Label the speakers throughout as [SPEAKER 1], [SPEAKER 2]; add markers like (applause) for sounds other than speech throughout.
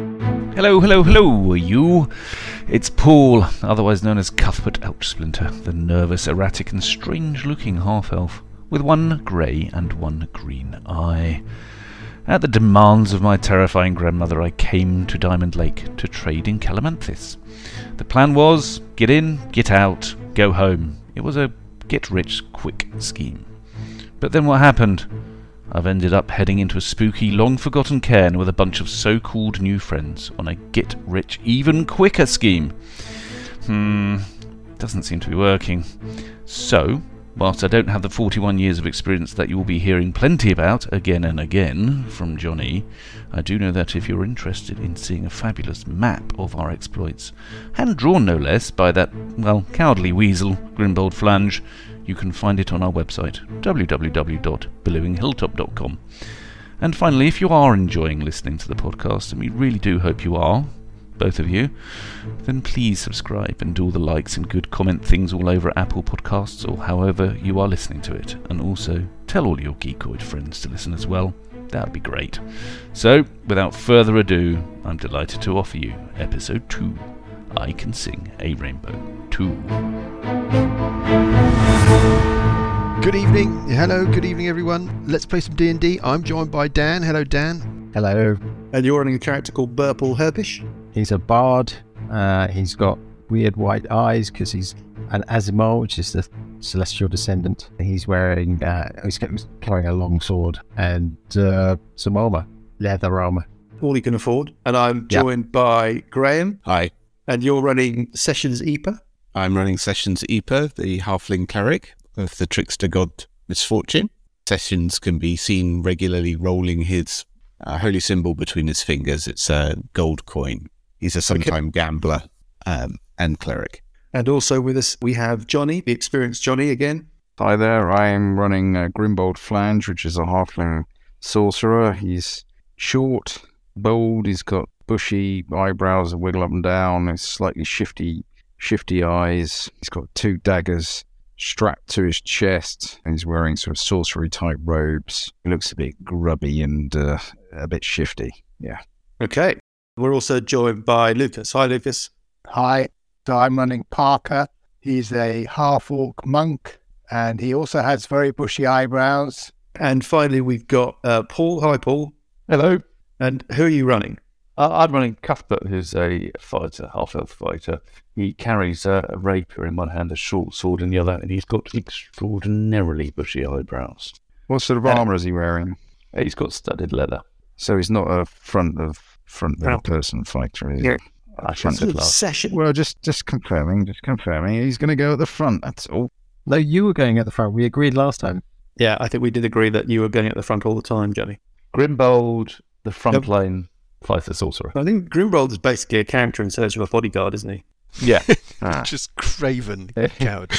[SPEAKER 1] Hello, hello, hello, you. It's Paul, otherwise known as Cuthbert Outsplinter, the nervous, erratic, and strange looking half elf, with one grey and one green eye. At the demands of my terrifying grandmother, I came to Diamond Lake to trade in Calamanthus. The plan was get in, get out, go home. It was a get rich quick scheme. But then what happened? I've ended up heading into a spooky, long forgotten cairn with a bunch of so called new friends on a get rich even quicker scheme. Hmm, doesn't seem to be working. So, whilst I don't have the 41 years of experience that you will be hearing plenty about again and again from Johnny, I do know that if you're interested in seeing a fabulous map of our exploits, hand drawn no less by that, well, cowardly weasel, Grimbold Flange, you can find it on our website www.billowinghilltop.com. And finally, if you are enjoying listening to the podcast, and we really do hope you are, both of you, then please subscribe and do all the likes and good comment things all over Apple Podcasts or however you are listening to it. And also tell all your geekoid friends to listen as well. That would be great. So, without further ado, I'm delighted to offer you episode 2 I Can Sing a Rainbow 2.
[SPEAKER 2] Good evening. Hello. Good evening, everyone. Let's play some D and D. I'm joined by Dan. Hello, Dan.
[SPEAKER 3] Hello.
[SPEAKER 4] And you're running a character called Burple Herbish.
[SPEAKER 3] He's a bard. Uh, he's got weird white eyes because he's an Azimar, which is the celestial descendant. He's wearing. Uh, he's carrying a long sword and uh, some armor, leather armor.
[SPEAKER 4] All he can afford. And I'm joined yep. by Graham.
[SPEAKER 5] Hi.
[SPEAKER 4] And you're running Sessions Epa.
[SPEAKER 5] I'm running Sessions Epa, the halfling cleric of the trickster god misfortune. Sessions can be seen regularly rolling his uh, holy symbol between his fingers. It's a gold coin. He's a sometime gambler um, and cleric.
[SPEAKER 4] And also with us, we have Johnny, the experienced Johnny again.
[SPEAKER 6] Hi there. I'm running uh, Grimbold Flange, which is a halfling sorcerer. He's short, bold. He's got bushy eyebrows that wiggle up and down. He's slightly shifty, shifty eyes. He's got two daggers strapped to his chest and he's wearing sort of sorcery type robes. He looks a bit grubby and uh, a bit shifty. Yeah.
[SPEAKER 4] Okay. We're also joined by Lucas. Hi, Lucas.
[SPEAKER 7] Hi. So I'm running Parker. He's a half orc monk and he also has very bushy eyebrows.
[SPEAKER 4] And finally, we've got uh, Paul. Hi, Paul.
[SPEAKER 8] Hello.
[SPEAKER 4] And who are you running?
[SPEAKER 8] Uh, I'm running Cuthbert, who's a fighter, half elf fighter. He carries a, a, rapier in one hand, a short sword in the other, and he's got extraordinarily bushy eyebrows.
[SPEAKER 6] What sort of and armor is he wearing?
[SPEAKER 8] He's got studded leather.
[SPEAKER 6] So he's not a front of front of person fighter, is he? Yeah.
[SPEAKER 4] I front of class. Session.
[SPEAKER 6] Well, just just confirming, just confirming. He's going to go at the front. That's all.
[SPEAKER 3] No, you were going at the front. We agreed last time.
[SPEAKER 4] Yeah, I think we did agree that you were going at the front all the time, Johnny.
[SPEAKER 8] Grimbold, the front yep. line fights the sorcerer.
[SPEAKER 4] I think Grimbold is basically a character in search of a bodyguard, isn't he?
[SPEAKER 8] Yeah.
[SPEAKER 2] ah. Just craven coward.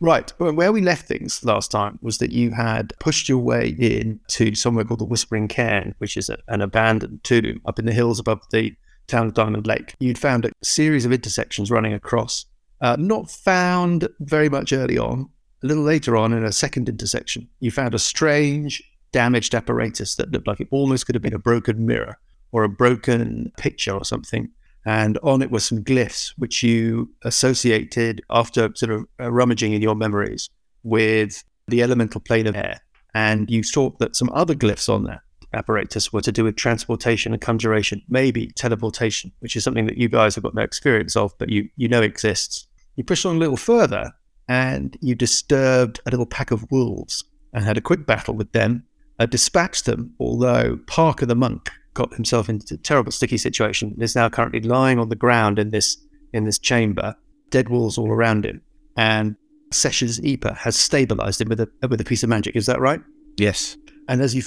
[SPEAKER 4] right. Well, where we left things last time was that you had pushed your way in to somewhere called the Whispering Cairn, which is a, an abandoned tomb up in the hills above the town of Diamond Lake. You'd found a series of intersections running across, uh, not found very much early on. A little later on, in a second intersection, you found a strange, damaged apparatus that looked like it almost could have been a broken mirror or a broken picture or something. And on it were some glyphs which you associated after sort of uh, rummaging in your memories with the elemental plane of air. And you thought that some other glyphs on that apparatus were to do with transportation and conjuration, maybe teleportation, which is something that you guys have got no experience of, but you, you know exists. You pushed on a little further and you disturbed a little pack of wolves and had a quick battle with them, uh, dispatched them, although Parker the monk got himself into a terrible sticky situation is now currently lying on the ground in this in this chamber, dead walls all around him. And Sessions Epa has stabilized him with a with a piece of magic. Is that right?
[SPEAKER 5] Yes.
[SPEAKER 4] And as you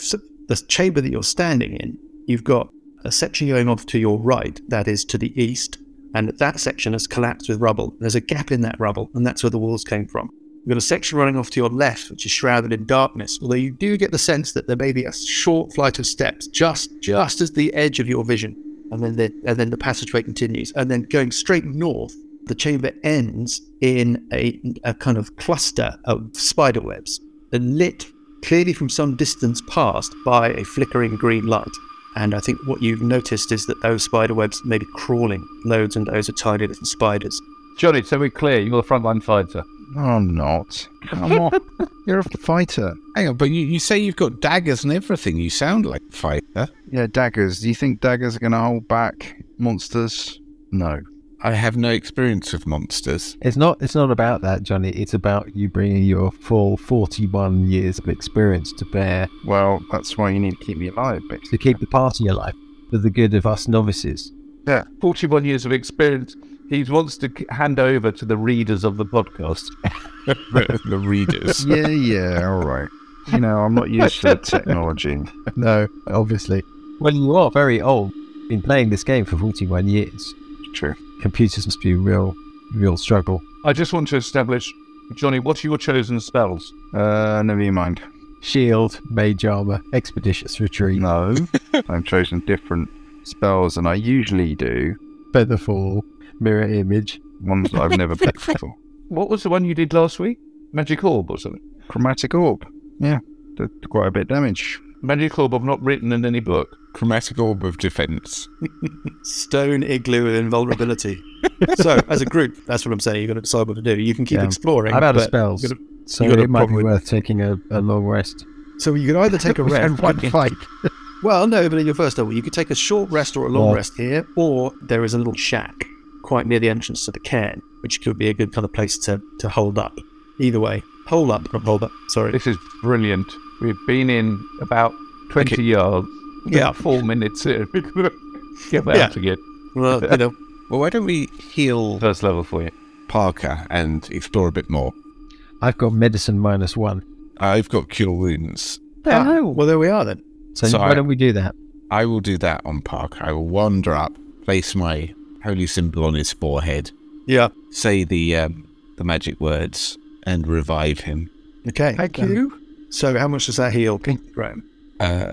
[SPEAKER 4] the chamber that you're standing in, you've got a section going off to your right, that is to the east, and that section has collapsed with rubble. There's a gap in that rubble, and that's where the walls came from. You've got a section running off to your left, which is shrouded in darkness, although you do get the sense that there may be a short flight of steps just just as the edge of your vision. And then the, and then the passageway continues. And then going straight north, the chamber ends in a, a kind of cluster of spider webs, lit clearly from some distance past by a flickering green light. And I think what you've noticed is that those spider webs may be crawling loads and loads of tiny little spiders.
[SPEAKER 8] Johnny, so we're clear. You're the frontline fighter.
[SPEAKER 6] No, I'm not. Come on. You're a fighter.
[SPEAKER 5] Hang on, but you, you say you've got daggers and everything. You sound like a fighter.
[SPEAKER 6] Yeah, daggers. Do you think daggers are going to hold back monsters? No.
[SPEAKER 5] I have no experience with
[SPEAKER 3] (laughs)
[SPEAKER 5] monsters.
[SPEAKER 3] It's not. It's not about that, Johnny. It's about you bringing your full forty-one years of experience to bear
[SPEAKER 6] Well, that's why you need to keep me alive, bitch.
[SPEAKER 3] (laughs) to keep the party alive for the good of us novices.
[SPEAKER 8] 41 years of experience he wants to k- hand over to the readers of the podcast.
[SPEAKER 5] the, the readers.
[SPEAKER 6] Yeah, yeah, all right. You know, I'm not used to the technology.
[SPEAKER 3] No, obviously. When you are very old, been playing this game for forty-one years,
[SPEAKER 6] True.
[SPEAKER 3] computers must be a real, real struggle.
[SPEAKER 8] I just want to establish, Johnny, what are your chosen spells?
[SPEAKER 6] Uh, never you mind.
[SPEAKER 3] Shield, mage armor, expeditious retreat,
[SPEAKER 6] No, I've chosen different spells than I usually do.
[SPEAKER 3] featherfall, mirror image.
[SPEAKER 6] Ones that I've never picked before.
[SPEAKER 8] What was the one you did last week? Magic Orb or something?
[SPEAKER 6] Chromatic orb. Yeah, did quite a bit of damage.
[SPEAKER 8] Magic Orb I've not written in any book.
[SPEAKER 5] Chromatic orb of defense.
[SPEAKER 4] Stone igloo of
[SPEAKER 3] (laughs)
[SPEAKER 4] invulnerability. so, as a group, that's what I'm saying. You've got to decide what to do. You can keep
[SPEAKER 3] Yeah.
[SPEAKER 4] exploring.
[SPEAKER 3] Um, I'm out of
[SPEAKER 4] but-
[SPEAKER 3] spells,
[SPEAKER 4] you've got
[SPEAKER 3] so
[SPEAKER 4] you've got a
[SPEAKER 3] it might be
[SPEAKER 4] problem with-
[SPEAKER 3] worth taking a, a long rest.
[SPEAKER 4] So you could
[SPEAKER 3] (laughs)
[SPEAKER 4] either take a rest.
[SPEAKER 3] one fight.
[SPEAKER 4] (laughs) Well, no, but in your first level, you could take a short rest or a long
[SPEAKER 3] Well-
[SPEAKER 4] rest here, or there is a little shack quite near the entrance to the cairn, which could be a good kind of place to, to hold up. Either way, hole up, not hold up. Sorry.
[SPEAKER 8] This is brilliant. We've been in about 20
[SPEAKER 4] Okay.
[SPEAKER 8] yards.
[SPEAKER 4] Yeah.
[SPEAKER 8] (laughs) Four minutes here. We're gonna Get out
[SPEAKER 4] Yeah.
[SPEAKER 8] again.
[SPEAKER 4] Well,
[SPEAKER 7] (laughs)
[SPEAKER 4] you know,
[SPEAKER 5] Well, why don't we heal
[SPEAKER 8] First level for you.
[SPEAKER 5] Parker and explore a bit more?
[SPEAKER 3] I've got medicine minus one. Oh,
[SPEAKER 5] I've got cure wounds.
[SPEAKER 4] ah, well, there we are then.
[SPEAKER 3] So
[SPEAKER 5] Sorry.
[SPEAKER 3] why don't we do that?
[SPEAKER 5] I will do that on Parker. I will wander up, place my holy symbol on his forehead,
[SPEAKER 4] Yeah.
[SPEAKER 5] say the um, the magic words, and revive him.
[SPEAKER 4] Okay.
[SPEAKER 7] Thank
[SPEAKER 4] Um,
[SPEAKER 7] you.
[SPEAKER 4] So, how much does that heal, Graham?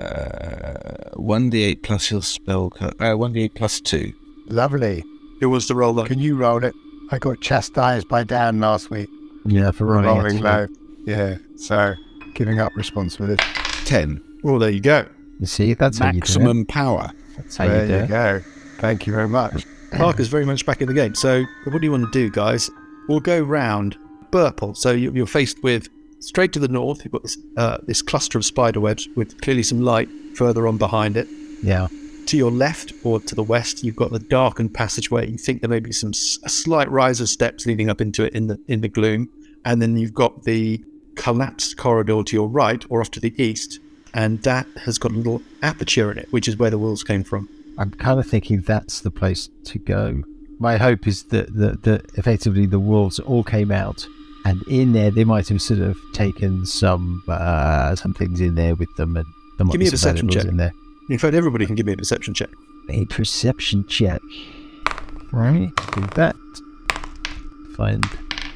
[SPEAKER 5] Uh, one d eight plus your spell. Co- uh, one d eight plus two.
[SPEAKER 7] Lovely.
[SPEAKER 4] Who wants to roll that?
[SPEAKER 7] Can you roll it? I got chastised by Dan last week.
[SPEAKER 3] Yeah, for rolling.
[SPEAKER 7] Rolling
[SPEAKER 3] actually.
[SPEAKER 7] low. Yeah. So giving up responsibility.
[SPEAKER 5] Ten.
[SPEAKER 4] Well, there you go.
[SPEAKER 3] You see, that's
[SPEAKER 5] Maximum
[SPEAKER 3] how you
[SPEAKER 5] power.
[SPEAKER 3] do it. That's how you do
[SPEAKER 7] There you
[SPEAKER 3] it.
[SPEAKER 7] go. Thank you very much.
[SPEAKER 4] Parker's very much back in the game. So, what do you want to do, guys? We'll go round Burple. So, you- you're faced with straight to the north. You've got this, uh, this cluster of spider webs with clearly some light further on behind it.
[SPEAKER 3] Yeah.
[SPEAKER 4] To your left or to the west, you've got the darkened passageway. You think there may be some s- a slight rise of steps leading up into it in the in the gloom, and then you've got the collapsed corridor to your right or off to the east, and that has got a little aperture in it, which is where the wolves came from.
[SPEAKER 3] I'm kind of thinking that's the place to go. My hope is that, that, that effectively the wolves all came out, and in there they might have sort of taken some uh, some things in there with them, and there might
[SPEAKER 4] Give
[SPEAKER 3] be
[SPEAKER 4] me a
[SPEAKER 3] some
[SPEAKER 4] perception
[SPEAKER 3] valuables
[SPEAKER 4] check.
[SPEAKER 3] in there.
[SPEAKER 4] In fact, everybody can give me a perception check.
[SPEAKER 3] A perception check. Right, do that. Find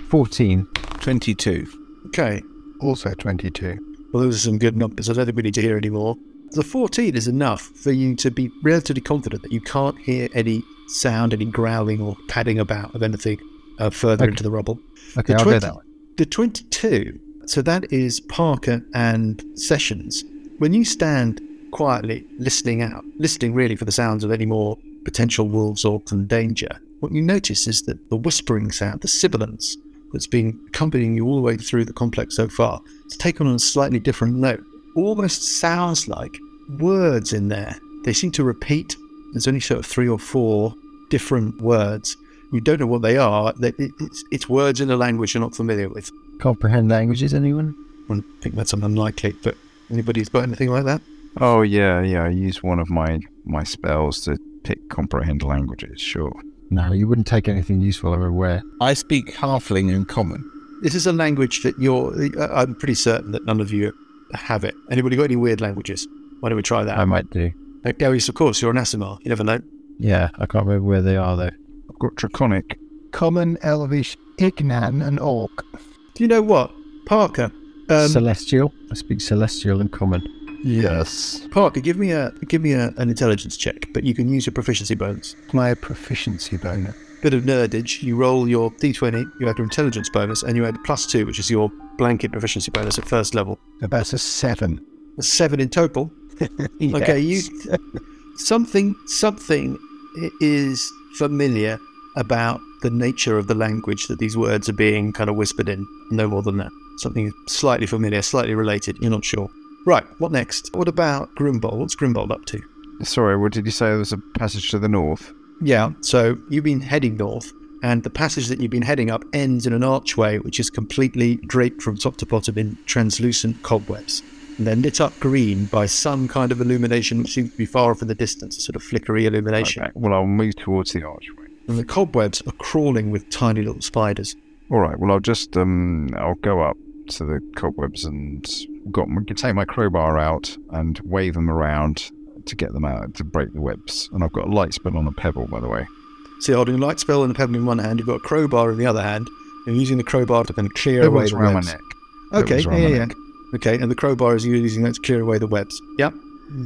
[SPEAKER 3] fourteen.
[SPEAKER 5] Twenty two.
[SPEAKER 4] Okay,
[SPEAKER 7] Also 22.
[SPEAKER 4] Well, those are some good numbers. I don't think we need to hear any more. The 14 is enough for you to be relatively confident that you can't hear any sound, any growling or padding about of anything uh, further
[SPEAKER 3] Okay.
[SPEAKER 4] into the rubble.
[SPEAKER 3] Okay,
[SPEAKER 4] The
[SPEAKER 3] I'll
[SPEAKER 4] 20
[SPEAKER 3] go that way.
[SPEAKER 4] The 22, so that is Parker and Sessions. When you stand quietly listening out, listening really for the sounds of any more potential wolves or some danger, what you notice is that the whispering sound, the sibilance that's been accompanying you all the way through the complex so far, it's taken on a slightly different note. Almost sounds like words in there. They seem to repeat. There's only sort of three or four different words. You don't know what they are. They- it- It's it's words in a language you're not familiar with.
[SPEAKER 3] Comprehend languages, anyone?
[SPEAKER 4] I think that's an unlikely, but anybody's got anything like that?
[SPEAKER 6] Oh, yeah, yeah. I used one of my, my spells to pick comprehend languages, sure.
[SPEAKER 3] No, you wouldn't take anything useful, I'm aware.
[SPEAKER 5] I speak halfling and common.
[SPEAKER 4] This is a language that you're, uh, I'm pretty certain that none of you have it. Anybody got any weird languages? Why don't we try that?
[SPEAKER 3] I might do.
[SPEAKER 4] Uh, Darius, of course, you're an Asimar. You never know.
[SPEAKER 3] Yeah, I can't remember where they are though.
[SPEAKER 6] I've got draconic.
[SPEAKER 7] Common Elvish, Ignan, and Orc.
[SPEAKER 4] Do you know what? Parker. Um,
[SPEAKER 3] celestial. I speak celestial and common.
[SPEAKER 7] Yes.
[SPEAKER 4] Parker, give me a give me a, an intelligence check, but you can use your proficiency bonus.
[SPEAKER 7] My proficiency bonus.
[SPEAKER 4] Bit of nerdage. You roll your d20, you add your intelligence bonus, and you add plus two, which is your blanket proficiency bonus at first level.
[SPEAKER 7] About a seven.
[SPEAKER 4] That's seven in total. Okay, you something something i- is familiar about the nature of the language that these words are being kind of whispered in. No more than that. Something slightly familiar, slightly related. You're not sure. Right. What next? What about Grimbold? What's Grimbold up to?
[SPEAKER 6] Sorry, what did you say? There was a passage to the north.
[SPEAKER 4] Yeah, so you've been heading north, and the passage that you've been heading up ends in an archway which is completely draped from top to bottom in translucent cobwebs. And they're lit up green by some kind of illumination which seems to be far off in the distance, a sort of flickery illumination.
[SPEAKER 6] Okay, well, I'll move towards the archway.
[SPEAKER 4] And the cobwebs are crawling with tiny little spiders.
[SPEAKER 6] All right. Well, I'll just um, I'll go up to the cobwebs and got my, take my crowbar out and wave them around to get them out to break the webs. And I've got a light spell on a pebble, by the way.
[SPEAKER 4] So you're holding a light spell and a pebble in one hand, you've got a crowbar in the other hand, and you're using the crowbar to kind of clear away
[SPEAKER 6] Pebble's
[SPEAKER 4] the
[SPEAKER 6] around my
[SPEAKER 4] webs.
[SPEAKER 6] neck.
[SPEAKER 4] Okay,
[SPEAKER 6] Pebble's
[SPEAKER 4] yeah,
[SPEAKER 6] around my
[SPEAKER 4] yeah, yeah.
[SPEAKER 6] neck.
[SPEAKER 4] Okay, and the crowbar is you're using that to clear away the webs. Yep.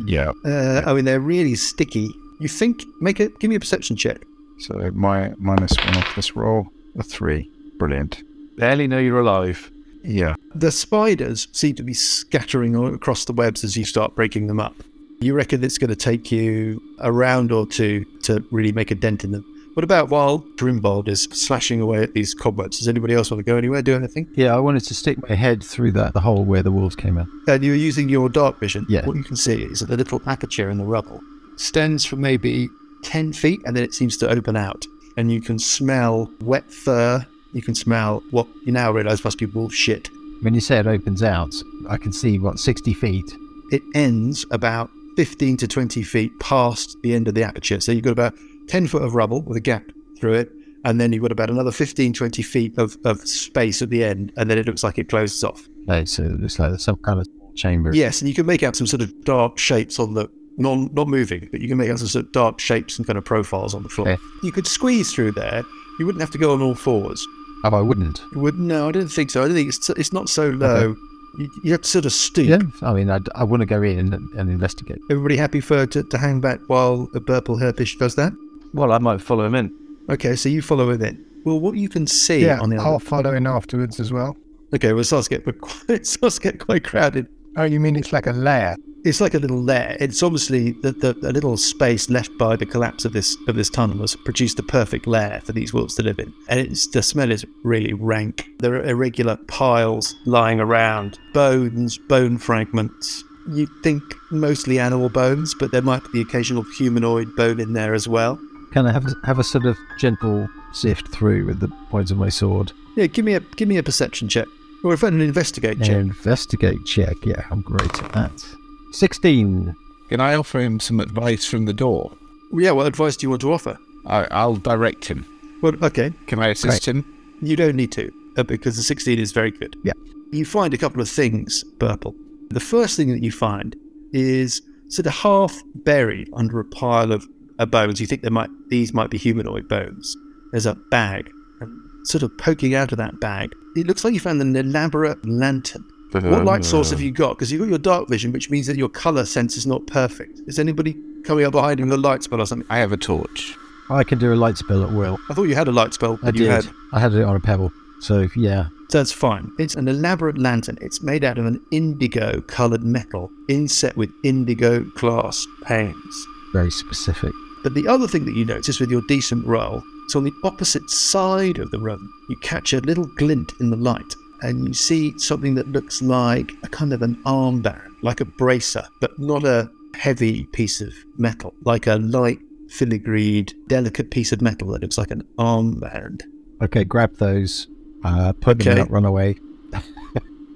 [SPEAKER 6] Yeah.
[SPEAKER 4] Uh, I mean, they're really sticky. You think? Make it. Give me a perception check.
[SPEAKER 6] So my minus one off this roll, a three. Brilliant.
[SPEAKER 8] Barely know you're alive.
[SPEAKER 6] Yeah.
[SPEAKER 4] The spiders seem to be scattering all across the webs as you start breaking them up. You reckon it's going to take you a round or two to really make a dent in them. What about while Grimbold is slashing away at these cobwebs? Does anybody else want to go anywhere, do anything?
[SPEAKER 3] Yeah, I wanted to stick my head through that the hole where the wolves came out.
[SPEAKER 4] And you're using your dark vision.
[SPEAKER 3] Yeah.
[SPEAKER 4] What you can see is that the little aperture in the rubble extends for maybe 10 feet and then it seems to open out. And you can smell wet fur. You can smell what you now realize must be wolf shit.
[SPEAKER 3] When you say it opens out, I can see what sixty feet.
[SPEAKER 4] it ends about 15 to 20 feet past the end of the aperture. So you've got about 10 foot of rubble with a gap through it. And then you've got about another 15, 20 feet of, of space at the end. And then it looks like it closes off.
[SPEAKER 3] Okay, so it looks like there's some kind of chamber.
[SPEAKER 4] Yes. And you can make out some sort of dark shapes on the, non, not moving, but you can make out some sort of dark shapes and kind of profiles on the floor.
[SPEAKER 3] Yeah.
[SPEAKER 4] You could squeeze through there. You wouldn't have to go on all fours.
[SPEAKER 3] Oh, I wouldn't.
[SPEAKER 4] You would No, I don't think so. I don't think it's, it's not so low. You, you have to sort of stoop.
[SPEAKER 3] Yeah, I mean, I'd, I want to go in and, and investigate.
[SPEAKER 4] Everybody happy for to, to hang back while a purple herpish does that?
[SPEAKER 8] Well, I might follow him in.
[SPEAKER 4] Okay, so you follow it in. Well, what you can see
[SPEAKER 7] Yeah,
[SPEAKER 4] on the
[SPEAKER 7] I'll
[SPEAKER 4] other.
[SPEAKER 7] follow in afterwards as well.
[SPEAKER 4] Okay, well, it starts to get (laughs) it starts to get quite crowded.
[SPEAKER 7] Oh, you mean it's like a lair?
[SPEAKER 4] It's like a little lair. It's obviously the, the, the little space left by the collapse of this of this tunnel has produced the perfect lair for these wolves to live in, and it's the smell is really rank. There are irregular piles lying around, bones, bone fragments. You think mostly animal bones, but there might be the occasional humanoid bone in there as well.
[SPEAKER 3] Can I have a, have a sort of gentle sift through with the points of my sword?
[SPEAKER 4] Yeah, give me a give me a perception check, or if not, an investigate check.
[SPEAKER 3] Investigate check. Yeah, I'm great at that. Sixteen.
[SPEAKER 5] Can I offer him some advice from the door?
[SPEAKER 4] Yeah, what advice do you want to offer?
[SPEAKER 5] I, I'll direct him.
[SPEAKER 4] Well, okay,
[SPEAKER 5] Can I assist him?
[SPEAKER 4] you don't need to uh, because the 16 is very good.
[SPEAKER 3] Yeah.
[SPEAKER 4] You find a couple of things, Burple. The first thing that you find is sort of half buried under a pile of uh, bones. You think there might these might be humanoid bones. There's a bag, and sort of poking out of that bag. It looks like you found an elaborate lantern. What light source have you got? Because you've got your dark vision, which means that your color sense is not perfect. Is anybody coming up behind him with a light spell or something?
[SPEAKER 5] I have a torch.
[SPEAKER 3] I can do a light spell at will.
[SPEAKER 4] I thought you had a light spell,
[SPEAKER 3] I
[SPEAKER 4] but you
[SPEAKER 3] did.
[SPEAKER 4] had
[SPEAKER 3] I had it on a pebble. So yeah,
[SPEAKER 4] That's fine. It's an elaborate lantern. It's made out of an indigo coloured metal, inset with indigo glass panes.
[SPEAKER 3] very specific.
[SPEAKER 4] But the other thing that you notice with your decent roll, it's on the opposite side of the room. You catch a little glint in the light, and you see something that looks like a kind of an armband, like a bracer, but not a heavy piece of metal, like a light filigreed, delicate piece of metal that looks like an armband.
[SPEAKER 3] Okay, grab those. Uh, put them
[SPEAKER 4] Okay.
[SPEAKER 3] out. Run away.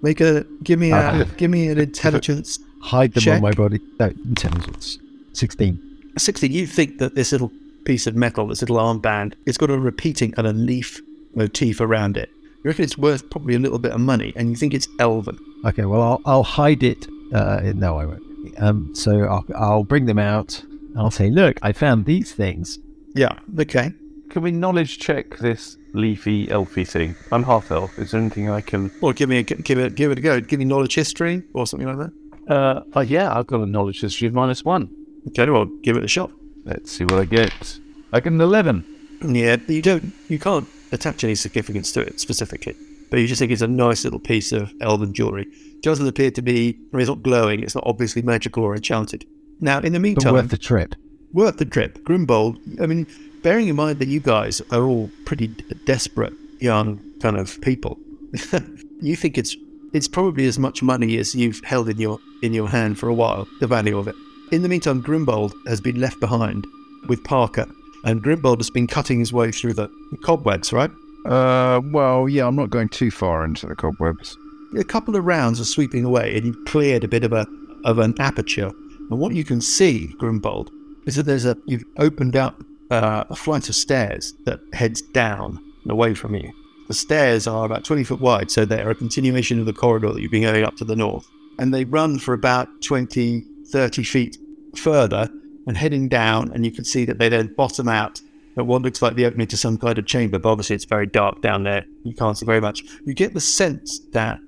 [SPEAKER 4] Make a give me a
[SPEAKER 3] Ah.
[SPEAKER 4] give me an intelligence
[SPEAKER 3] Hide them
[SPEAKER 4] Check.
[SPEAKER 3] on my body. No intelligence. Sixteen.
[SPEAKER 4] 60, you think that this little piece of metal, this little armband, it's got a repeating and a leaf motif around it. You reckon it's worth probably a little bit of money, and you think it's elven.
[SPEAKER 3] Okay, well I'll I'll hide it. Uh, in- no, I won't. Um, so I'll, I'll bring them out. I'll say, look, I found these things.
[SPEAKER 4] Yeah. Okay.
[SPEAKER 8] Can we knowledge check this leafy, elfy thing? I'm half elf. Is there anything I can.
[SPEAKER 4] Well, give me a give it give it a go. Give me knowledge history or something like that.
[SPEAKER 8] Uh, oh, yeah, I've got a knowledge history of minus one.
[SPEAKER 4] Okay. Well, give it a shot.
[SPEAKER 8] Let's see what I get. I get an 11.
[SPEAKER 4] Yeah, but you don't you can't attach any significance to it specifically. But you just think it's a nice little piece of elven jewelry. Doesn't appear to be. I mean, it's not glowing. It's not obviously magical or enchanted. Now, in the
[SPEAKER 3] But
[SPEAKER 4] meantime,
[SPEAKER 3] worth the trip.
[SPEAKER 4] worth the trip. Grimbold, I mean, bearing in mind that you guys are all pretty d- desperate young kind of people, (laughs) you think it's it's probably as much money as you've held in your in your hand for a while, the value of it. In the meantime, Grimbold has been left behind with Parker, and Grimbold has been cutting his way through the cobwebs, right?
[SPEAKER 6] Uh, well, yeah, I'm not going too far into the cobwebs.
[SPEAKER 4] a couple of rounds of sweeping away and you've cleared a bit of a of an aperture. And what you can see, Grimbold, is that there's a you've opened up uh, a flight of stairs that heads down and away from you. The stairs are about 20 foot wide, so they are a continuation of the corridor that you've been going up to the north. And they run for about 20, 30 feet further and heading down. And you can see that they then bottom out at what looks like the opening to some kind of chamber, but obviously it's very dark down there. You can't see very much. You get the sense that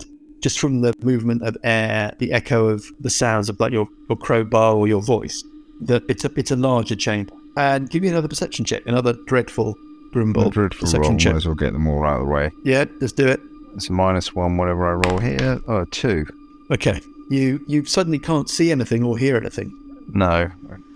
[SPEAKER 4] just from the movement of air, the echo of the sounds of like your, your crowbar or your voice, that it's a it's a larger chamber. And give me another perception check, another dreadful Grimbold
[SPEAKER 6] dreadful
[SPEAKER 4] perception
[SPEAKER 6] roll. Might
[SPEAKER 4] check.
[SPEAKER 6] as well get them all out of the way.
[SPEAKER 4] Yeah, let's do it.
[SPEAKER 6] It's a minus one, whatever I roll here. Oh, two.
[SPEAKER 4] Okay. You you suddenly can't see anything or hear anything. (laughs)
[SPEAKER 6] No.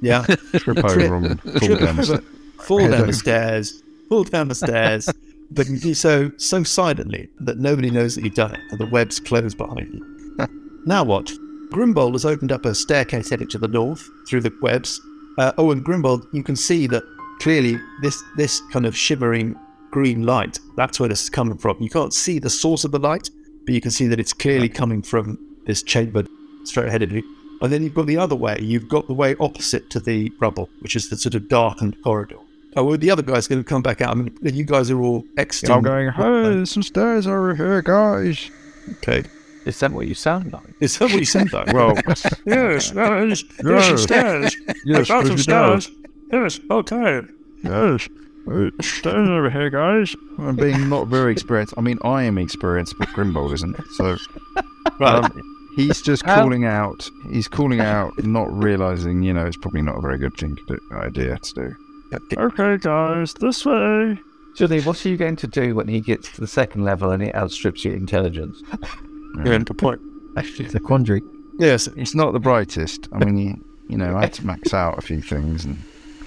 [SPEAKER 4] Yeah.
[SPEAKER 6] (laughs) Trip over and fall
[SPEAKER 4] Trip
[SPEAKER 6] down. the
[SPEAKER 4] over.
[SPEAKER 6] st-
[SPEAKER 4] fall down the stairs, fall down the stairs, but you do so so silently that nobody knows that you've done it, and the webs close behind you. now what? Grimbold has opened up a staircase heading to the north through the webs. Uh, oh, and Grimbold, you can see that clearly this this kind of shivering green light. That's where this is coming from. You can't see the source of the light, but you can see that it's clearly coming from this chamber straight ahead of you. And then you've got the other way. You've got the way opposite to the rubble, which is the sort of darkened corridor. Oh, well, the other guy's going to come back out. I mean, you guys are all exiting.
[SPEAKER 6] I'm going, hey, there's some stairs over here, guys.
[SPEAKER 4] Okay.
[SPEAKER 8] Is that what you sound like?
[SPEAKER 4] Is that what you said, though?
[SPEAKER 6] (laughs) Well,
[SPEAKER 4] (laughs) yes, yes,
[SPEAKER 6] there's some
[SPEAKER 4] stairs.
[SPEAKER 6] yes, there's stairs.
[SPEAKER 4] Yes, okay.
[SPEAKER 6] Yes. Uh, Stairs over here, guys. I'm being not very experienced. I mean, I am experienced, but Grimbold isn't.
[SPEAKER 8] (laughs)
[SPEAKER 6] So um,
[SPEAKER 4] Right.
[SPEAKER 6] he's just
[SPEAKER 8] Um,
[SPEAKER 6] calling out. He's calling out, not realizing, you know, it's probably not a very good thing to do, idea to do. Okay, guys, this way.
[SPEAKER 9] Julie, what are you going to do when he gets to the second level and it outstrips your intelligence?
[SPEAKER 4] You're in good point.
[SPEAKER 3] It's a quandary.
[SPEAKER 4] Yes,
[SPEAKER 6] It's not the brightest. I mean, you, you know, I had to max out a few things, and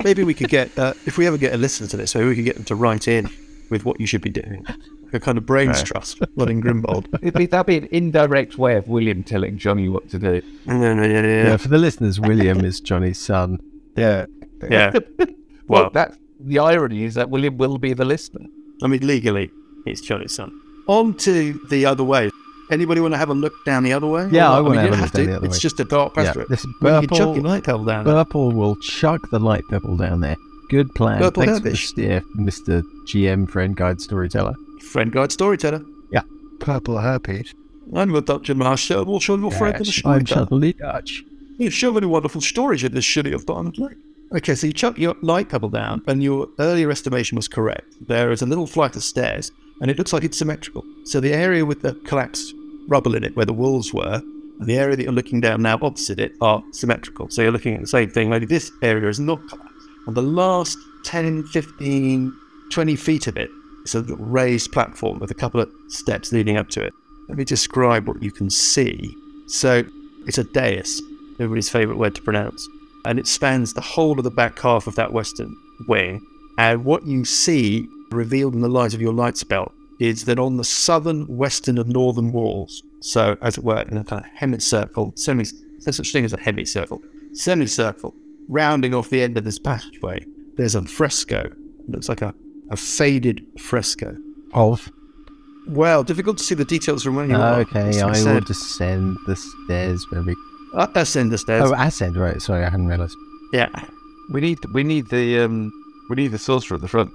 [SPEAKER 4] maybe we could get, uh, if we ever get a listener to this, maybe we could get them to write in with what you should be doing. A kind of brains trust, not in Grimbold.
[SPEAKER 9] It'd be, that'd be an indirect way of William telling Johnny what to do.
[SPEAKER 4] no, no, yeah,
[SPEAKER 3] Yeah. for the listeners, William is Johnny's son.
[SPEAKER 7] Yeah.
[SPEAKER 4] Yeah.
[SPEAKER 9] Well, that's the irony is that William will be the listener.
[SPEAKER 4] I mean, legally, it's Johnny's son. On to the other way. Anybody want to have a look down the other way?
[SPEAKER 3] Yeah, I wanna
[SPEAKER 4] Or not? mean,
[SPEAKER 3] have
[SPEAKER 4] you don't
[SPEAKER 3] a look down the other
[SPEAKER 4] It's
[SPEAKER 3] way.
[SPEAKER 4] just a dark
[SPEAKER 3] Yeah,
[SPEAKER 4] pathway.
[SPEAKER 3] this
[SPEAKER 4] Well, you can chuck
[SPEAKER 3] purple-
[SPEAKER 4] your light pebble down there.
[SPEAKER 3] Purple will chuck the light pebble down there. Good plan.
[SPEAKER 4] Purple
[SPEAKER 3] Thanks for the
[SPEAKER 4] dervish.
[SPEAKER 3] steer, Mr. GM friend guide storyteller.
[SPEAKER 4] Friend guide storyteller.
[SPEAKER 2] Purple herpes.
[SPEAKER 4] I'm your Dutch master. What's your friend in the
[SPEAKER 3] I'm
[SPEAKER 4] storyteller?
[SPEAKER 3] suddenly uh, Dutch.
[SPEAKER 4] You have so many wonderful stories in this shitty of Barnes Lake. Okay, so you chuck your light pebble down, and your earlier estimation was correct. There is a little flight of stairs, and it looks like it's symmetrical. So the area with the collapsed rubble in it, where the walls were, and the area that you're looking down now opposite it are symmetrical. So you're looking at the same thing, only this area is not collapsed. On the last 10, 15, 20 feet of it, it's a little raised platform with a couple of steps leading up to it. Let me describe what you can see. So it's a dais, everybody's favourite word to pronounce, and it spans the whole of the back half of that western wing. And what you see revealed in the light of your light spell is that on the southern, western, and northern walls, so as it were, in a kind of hemicircle, semi, there's such thing as a hemicircle, semicircle, rounding off the end of this passageway, there's a fresco. It looks like a, a faded fresco.
[SPEAKER 3] Of.
[SPEAKER 4] Well, difficult to see the details from where you are.
[SPEAKER 3] Okay,
[SPEAKER 4] as I
[SPEAKER 3] I will
[SPEAKER 4] said.
[SPEAKER 3] descend the stairs very.
[SPEAKER 4] Uh, ascend the stairs.
[SPEAKER 3] Oh, ascend, right. Sorry, I hadn't realised.
[SPEAKER 4] yeah.
[SPEAKER 8] We need we need the um we need the sorcerer at the front.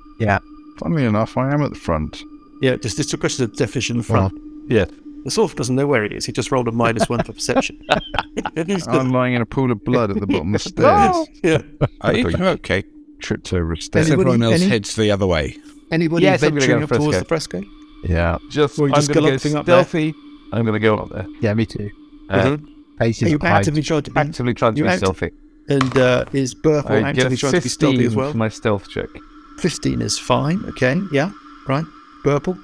[SPEAKER 6] funnily enough, I am at the front.
[SPEAKER 4] Yeah, just it's a question of definition in front.
[SPEAKER 8] Uh-huh. Yeah.
[SPEAKER 4] The Sorf doesn't know where he is. He just rolled a minus one for
[SPEAKER 8] (laughs)
[SPEAKER 4] perception.
[SPEAKER 6] I'm lying in a pool of blood at the bottom of the stairs.
[SPEAKER 4] yeah.
[SPEAKER 5] Are you okay?
[SPEAKER 6] Tripped over a stair.
[SPEAKER 5] Then everyone else
[SPEAKER 2] any-
[SPEAKER 5] heads the other way.
[SPEAKER 2] Anybody
[SPEAKER 8] Yes, I'm gonna
[SPEAKER 2] venturing
[SPEAKER 8] go
[SPEAKER 2] up
[SPEAKER 8] fresco.
[SPEAKER 2] towards the fresco?
[SPEAKER 3] Yeah.
[SPEAKER 8] Just,
[SPEAKER 4] Or you
[SPEAKER 8] I'm
[SPEAKER 4] just
[SPEAKER 8] going to go
[SPEAKER 4] galumphing up there.
[SPEAKER 8] stealthy. I'm going to go up there.
[SPEAKER 3] Yeah, me too.
[SPEAKER 8] Uh,
[SPEAKER 3] Pace
[SPEAKER 4] Are
[SPEAKER 3] is
[SPEAKER 4] you
[SPEAKER 3] high.
[SPEAKER 4] actively trying to be?
[SPEAKER 8] Actively trying to
[SPEAKER 4] You
[SPEAKER 8] be
[SPEAKER 4] act-
[SPEAKER 8] stealthy.
[SPEAKER 4] And uh, is Burple
[SPEAKER 8] I get
[SPEAKER 4] actively trying to be stealthy
[SPEAKER 8] 15
[SPEAKER 4] as well?
[SPEAKER 8] for my stealth check.
[SPEAKER 4] 15 is fine. Okay. Yeah. Right. Burple.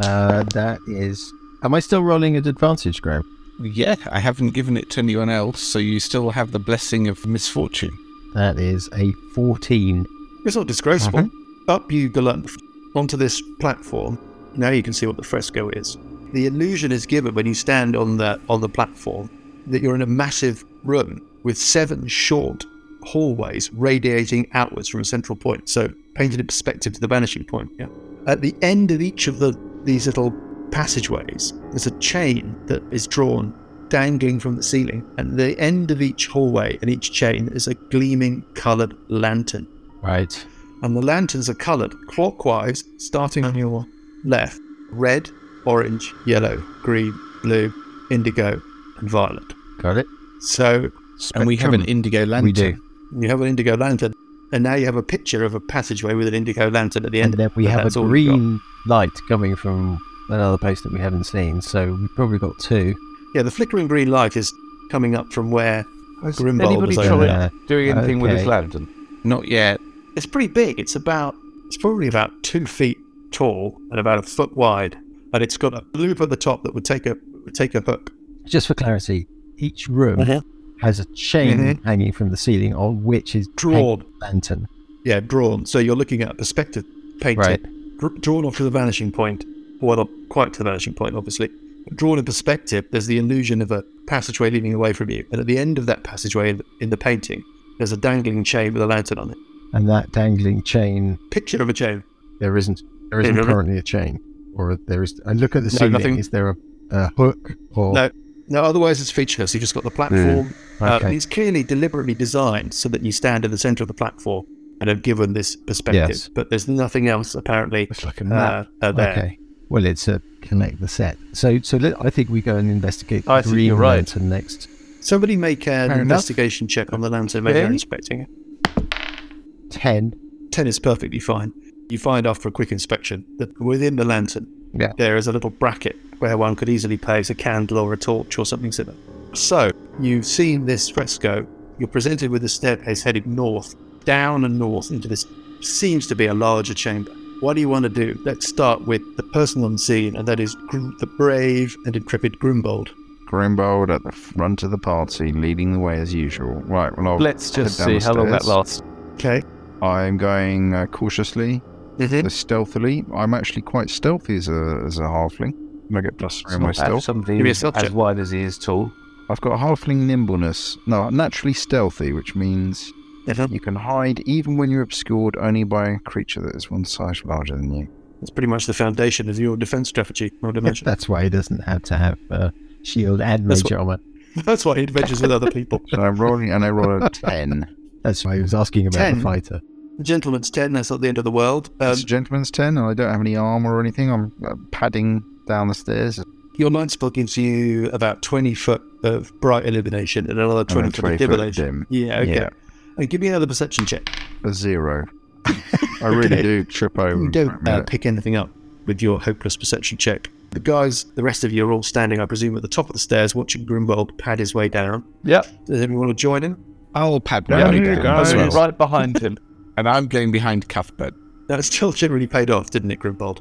[SPEAKER 3] Uh, that is. Am I still rolling at advantage, Graham?
[SPEAKER 5] Yeah, I haven't given it to anyone else, so you still have the blessing of misfortune.
[SPEAKER 3] That is a 14.
[SPEAKER 4] It's not disgraceful. Up you gallop onto this platform. Now you can see what the fresco is. The illusion is given when you stand on the on the platform that you're in a massive room with seven short hallways radiating outwards from a central point. So painted in perspective to the vanishing point. Yeah. At the end of each of the these little passageways, there's a chain that is drawn dangling from the ceiling. At the end of each hallway and each chain is a gleaming coloured lantern
[SPEAKER 3] Right.
[SPEAKER 4] and the lanterns are coloured clockwise, starting on your left red, orange, yellow, green, blue, indigo, and violet.
[SPEAKER 3] Got it.
[SPEAKER 4] So
[SPEAKER 5] And we have an indigo lantern.
[SPEAKER 3] We do.
[SPEAKER 4] you have an indigo lantern, and now you have a picture of a passageway with an indigo lantern at the
[SPEAKER 3] And
[SPEAKER 4] end.
[SPEAKER 3] then we
[SPEAKER 4] but
[SPEAKER 3] have a
[SPEAKER 4] that's all you've got.
[SPEAKER 3] green light coming from another place that we haven't seen. So we've probably got two.
[SPEAKER 4] Yeah, the flickering green light is coming up from where
[SPEAKER 8] Has
[SPEAKER 4] Grimbold
[SPEAKER 8] anybody
[SPEAKER 4] was
[SPEAKER 8] tried
[SPEAKER 4] over
[SPEAKER 3] there.
[SPEAKER 8] doing anything with this
[SPEAKER 3] Okay.
[SPEAKER 8] lantern?
[SPEAKER 5] Not yet.
[SPEAKER 4] it's pretty big. It's about it's probably about two feet tall and about a foot wide, and it's got a loop at the top that would take a would take a hook.
[SPEAKER 3] Just for clarity, each room
[SPEAKER 4] Mhm.
[SPEAKER 3] has a chain
[SPEAKER 4] Mm-hmm.
[SPEAKER 3] hanging from the ceiling on which is
[SPEAKER 4] Drawn.
[SPEAKER 3] hanging a lantern.
[SPEAKER 4] Yeah, drawn. So you're looking at a perspective painted,
[SPEAKER 3] Right.
[SPEAKER 4] dr- drawn off to the vanishing point. Well, not quite to the vanishing point, obviously. Drawn in perspective, there's the illusion of a passageway leading away from you. And at the end of that passageway in, in the painting, there's a dangling chain with a lantern on it.
[SPEAKER 3] And that dangling chain,
[SPEAKER 4] Picture of a chain.
[SPEAKER 3] there isn't there isn't
[SPEAKER 4] There isn't.
[SPEAKER 3] currently a chain, or there is. I look at the
[SPEAKER 4] No,
[SPEAKER 3] ceiling.
[SPEAKER 4] nothing.
[SPEAKER 3] Is there a, a hook or
[SPEAKER 4] No. No, otherwise it's featureless. You've just got the platform. Uh,
[SPEAKER 3] Mm. Okay.
[SPEAKER 4] it's clearly deliberately designed so that you stand in the center of the platform and have given this perspective.
[SPEAKER 3] Yes.
[SPEAKER 4] But there's nothing else apparently
[SPEAKER 8] It's like a
[SPEAKER 4] uh, uh, there.
[SPEAKER 3] Okay. Well, it's a connect the set. So, so let, I think we go and investigate the
[SPEAKER 8] I think
[SPEAKER 3] green
[SPEAKER 8] you're right.
[SPEAKER 3] lantern next.
[SPEAKER 4] Somebody make an
[SPEAKER 7] enough.
[SPEAKER 4] investigation check on the lantern when you're
[SPEAKER 8] Okay.
[SPEAKER 4] inspecting it.
[SPEAKER 3] Ten.
[SPEAKER 4] 10 is perfectly fine. You find after a quick inspection that within the lantern,
[SPEAKER 3] Yeah.
[SPEAKER 4] there is a little bracket where one could easily place a candle or a torch or something similar. So, you've seen this fresco. You're presented with a staircase headed north, down and north into this seems to be a larger chamber. What do you want to do? Let's start with the person on scene, and that is Gr- the brave and intrepid Grimbold.
[SPEAKER 6] Grimbold at the front of the party, leading the way as usual. Right, well, I'll
[SPEAKER 8] Let's
[SPEAKER 6] head
[SPEAKER 8] just
[SPEAKER 6] down
[SPEAKER 8] see
[SPEAKER 6] the
[SPEAKER 8] how long that
[SPEAKER 6] stairs.
[SPEAKER 8] lasts.
[SPEAKER 4] Okay.
[SPEAKER 6] I'm going uh, cautiously,
[SPEAKER 4] Mm-hmm.
[SPEAKER 6] so stealthily. I'm actually quite stealthy as a, as a halfling. I get plus three on my
[SPEAKER 8] Not bad for
[SPEAKER 6] stealth.
[SPEAKER 8] somebody
[SPEAKER 4] Give me a
[SPEAKER 8] who's
[SPEAKER 4] stealth
[SPEAKER 8] as
[SPEAKER 4] check.
[SPEAKER 8] wide as he is tall.
[SPEAKER 6] I've got halfling nimbleness. No, naturally stealthy, which means
[SPEAKER 4] Uh-huh.
[SPEAKER 6] you can hide even when you're obscured only by a creature that is one size larger than you.
[SPEAKER 4] That's pretty much the foundation of your defense strategy, I would imagine.
[SPEAKER 3] That's why he doesn't have to have uh, shield and
[SPEAKER 4] That's
[SPEAKER 3] mage armor.
[SPEAKER 4] (laughs) That's why he adventures with other (laughs) people.
[SPEAKER 6] So I'm rolling, and I roll a
[SPEAKER 8] (laughs)
[SPEAKER 6] ten.
[SPEAKER 3] That's why he was asking about
[SPEAKER 4] Ten?
[SPEAKER 3] the fighter.
[SPEAKER 4] Gentleman's 10, that's not the end of the world. Um,
[SPEAKER 6] it's a gentleman's ten, and I don't have any armor or anything. I'm uh, padding down the stairs.
[SPEAKER 4] your light spell gives you about 20 foot of bright illumination and another 20,
[SPEAKER 6] then
[SPEAKER 4] foot
[SPEAKER 6] 20
[SPEAKER 4] of
[SPEAKER 6] foot
[SPEAKER 4] dim illumination.
[SPEAKER 6] dim.
[SPEAKER 4] Yeah, okay.
[SPEAKER 6] Yeah.
[SPEAKER 4] And give me another perception check. (laughs)
[SPEAKER 6] A zero. I really
[SPEAKER 4] Okay.
[SPEAKER 6] do trip over.
[SPEAKER 4] You
[SPEAKER 6] for a
[SPEAKER 4] don't uh,
[SPEAKER 6] minute.
[SPEAKER 4] pick anything up with your hopeless perception check. The guys, the rest of you are all standing, I presume, at the top of the stairs watching Grimbold pad his way down.
[SPEAKER 8] Yep.
[SPEAKER 4] Does everyone want to join him?
[SPEAKER 5] I'll pad
[SPEAKER 8] Yeah,
[SPEAKER 5] my way
[SPEAKER 8] you
[SPEAKER 5] down
[SPEAKER 8] go,
[SPEAKER 5] as well.
[SPEAKER 8] Right behind
[SPEAKER 9] (laughs)
[SPEAKER 8] him.
[SPEAKER 5] And I'm going behind Cuthbert.
[SPEAKER 4] That still generally paid off, didn't it, Grimbold?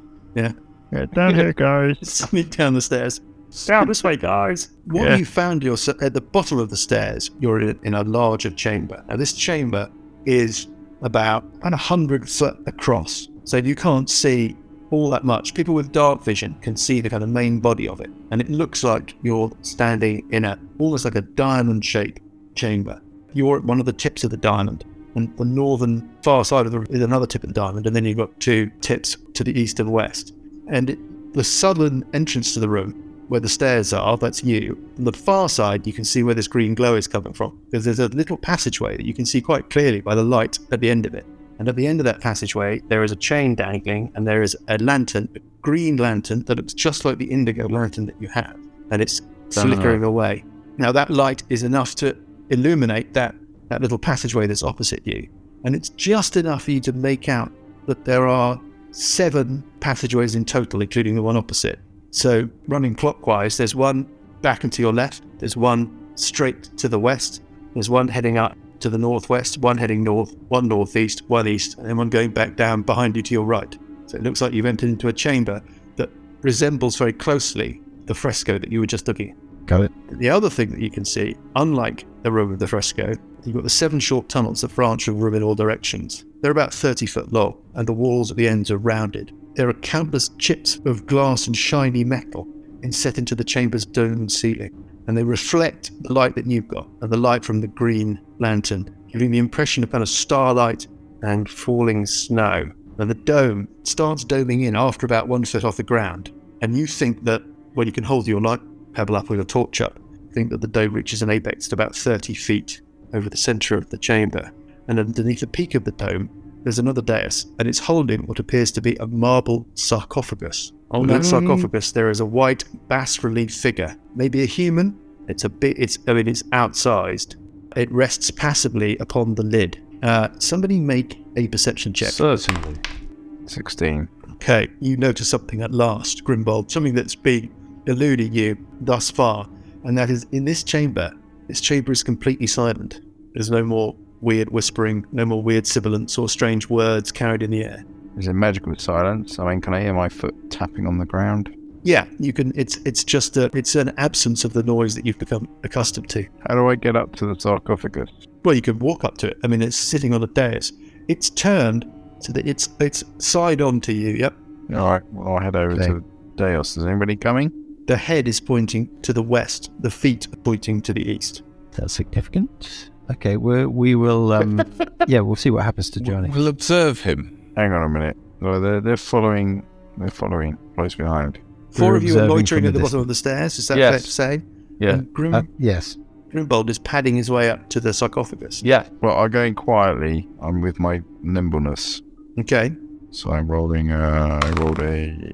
[SPEAKER 10] Down here, guys.
[SPEAKER 4] (laughs) Something down the stairs. Down this way, guys. What you found yourself at the bottom of the stairs, you're in, in a larger chamber. Now, this chamber is about a hundred foot across, so you can't see all that much. People with dark vision can see the kind of main body of it, and it looks like you're standing in a almost like a diamond shaped chamber. You're at one of the tips of the diamond, and the northern far side of the is another tip of the diamond, and then you've got two tips to the east and west. And it, the southern entrance to the room, where the stairs are, that's you. On the far side, you can see where this green glow is coming from. Because there's a little passageway that you can see quite clearly by the light at the end of it. And at the end of that passageway, there is a chain dangling, and there is a lantern, a green lantern that looks just like the indigo lantern that you have, and it's flickering away. Now that light is enough to illuminate that that little passageway that's opposite you, and it's just enough for you to make out that there are seven passageways in total, including the one opposite. So running clockwise, there's one back and to your left, there's one straight to the west, there's one heading up to the northwest, one heading north, one northeast, one east, and then one going back down behind you to your right. So it looks like you've entered into a chamber that resembles very closely the fresco that you were just looking at.
[SPEAKER 3] Got it.
[SPEAKER 4] The other thing that you can see, unlike the room of the fresco, you've got the seven short tunnels that branch from room in all directions. They're about 30 foot long, and the walls at the ends are rounded. There are countless chips of glass and shiny metal inset into the chamber's domed ceiling, and they reflect the light that you've got and the light from the green lantern, giving the impression of kind of starlight and falling snow. And the dome starts doming in after about one foot off the ground, and you think that well, you can hold your light pebble up or your torch up, think that the dome reaches an apex at about 30 feet over the centre of the chamber. And underneath the peak of the dome, there's another dais, and it's holding what appears to be a marble sarcophagus. On that
[SPEAKER 11] Mm.
[SPEAKER 4] sarcophagus, there is a white bas-relief figure, maybe a human. It's a bit. It's. I mean, it's outsized. It rests passively upon the lid. Uh, somebody make a perception check.
[SPEAKER 8] Certainly.
[SPEAKER 6] 16.
[SPEAKER 4] Okay, you notice something at last, Grimbold, something that's been eluding you thus far, and that is in this chamber, this chamber is completely silent. There's no more weird whispering, no more weird sibilance or strange words carried in the air.
[SPEAKER 6] Is it magical silence? I mean, can I hear my foot tapping on the ground?
[SPEAKER 4] Yeah, you can. It's it's just a, it's an absence of the noise that you've become accustomed to.
[SPEAKER 6] How do I get up to the sarcophagus?
[SPEAKER 4] Well, you could walk up to it. I mean, it's sitting on a dais. It's turned so that it's it's side on to you. Yep.
[SPEAKER 6] All right, well, I'll head over
[SPEAKER 4] Okay.
[SPEAKER 6] to the dais. Is anybody coming?
[SPEAKER 4] The head is pointing to the west. The feet are pointing to the east.
[SPEAKER 3] That's significant. Okay, we we will. Um,
[SPEAKER 4] (laughs)
[SPEAKER 3] yeah, we'll see what happens to Johnny.
[SPEAKER 5] We'll observe him.
[SPEAKER 6] Hang on a minute. No, they're, they're following. They're following close behind.
[SPEAKER 4] Four of you are loitering at the bottom of the stairs. Is that
[SPEAKER 6] Yes.
[SPEAKER 4] fair to say?
[SPEAKER 6] Yeah.
[SPEAKER 4] And Grim,
[SPEAKER 3] Uh, yes.
[SPEAKER 4] Grimbold is padding his way up to the sarcophagus.
[SPEAKER 8] Yeah.
[SPEAKER 6] Well, I'm going quietly. I'm with my nimbleness.
[SPEAKER 4] Okay.
[SPEAKER 6] So I'm rolling. Uh, I rolled a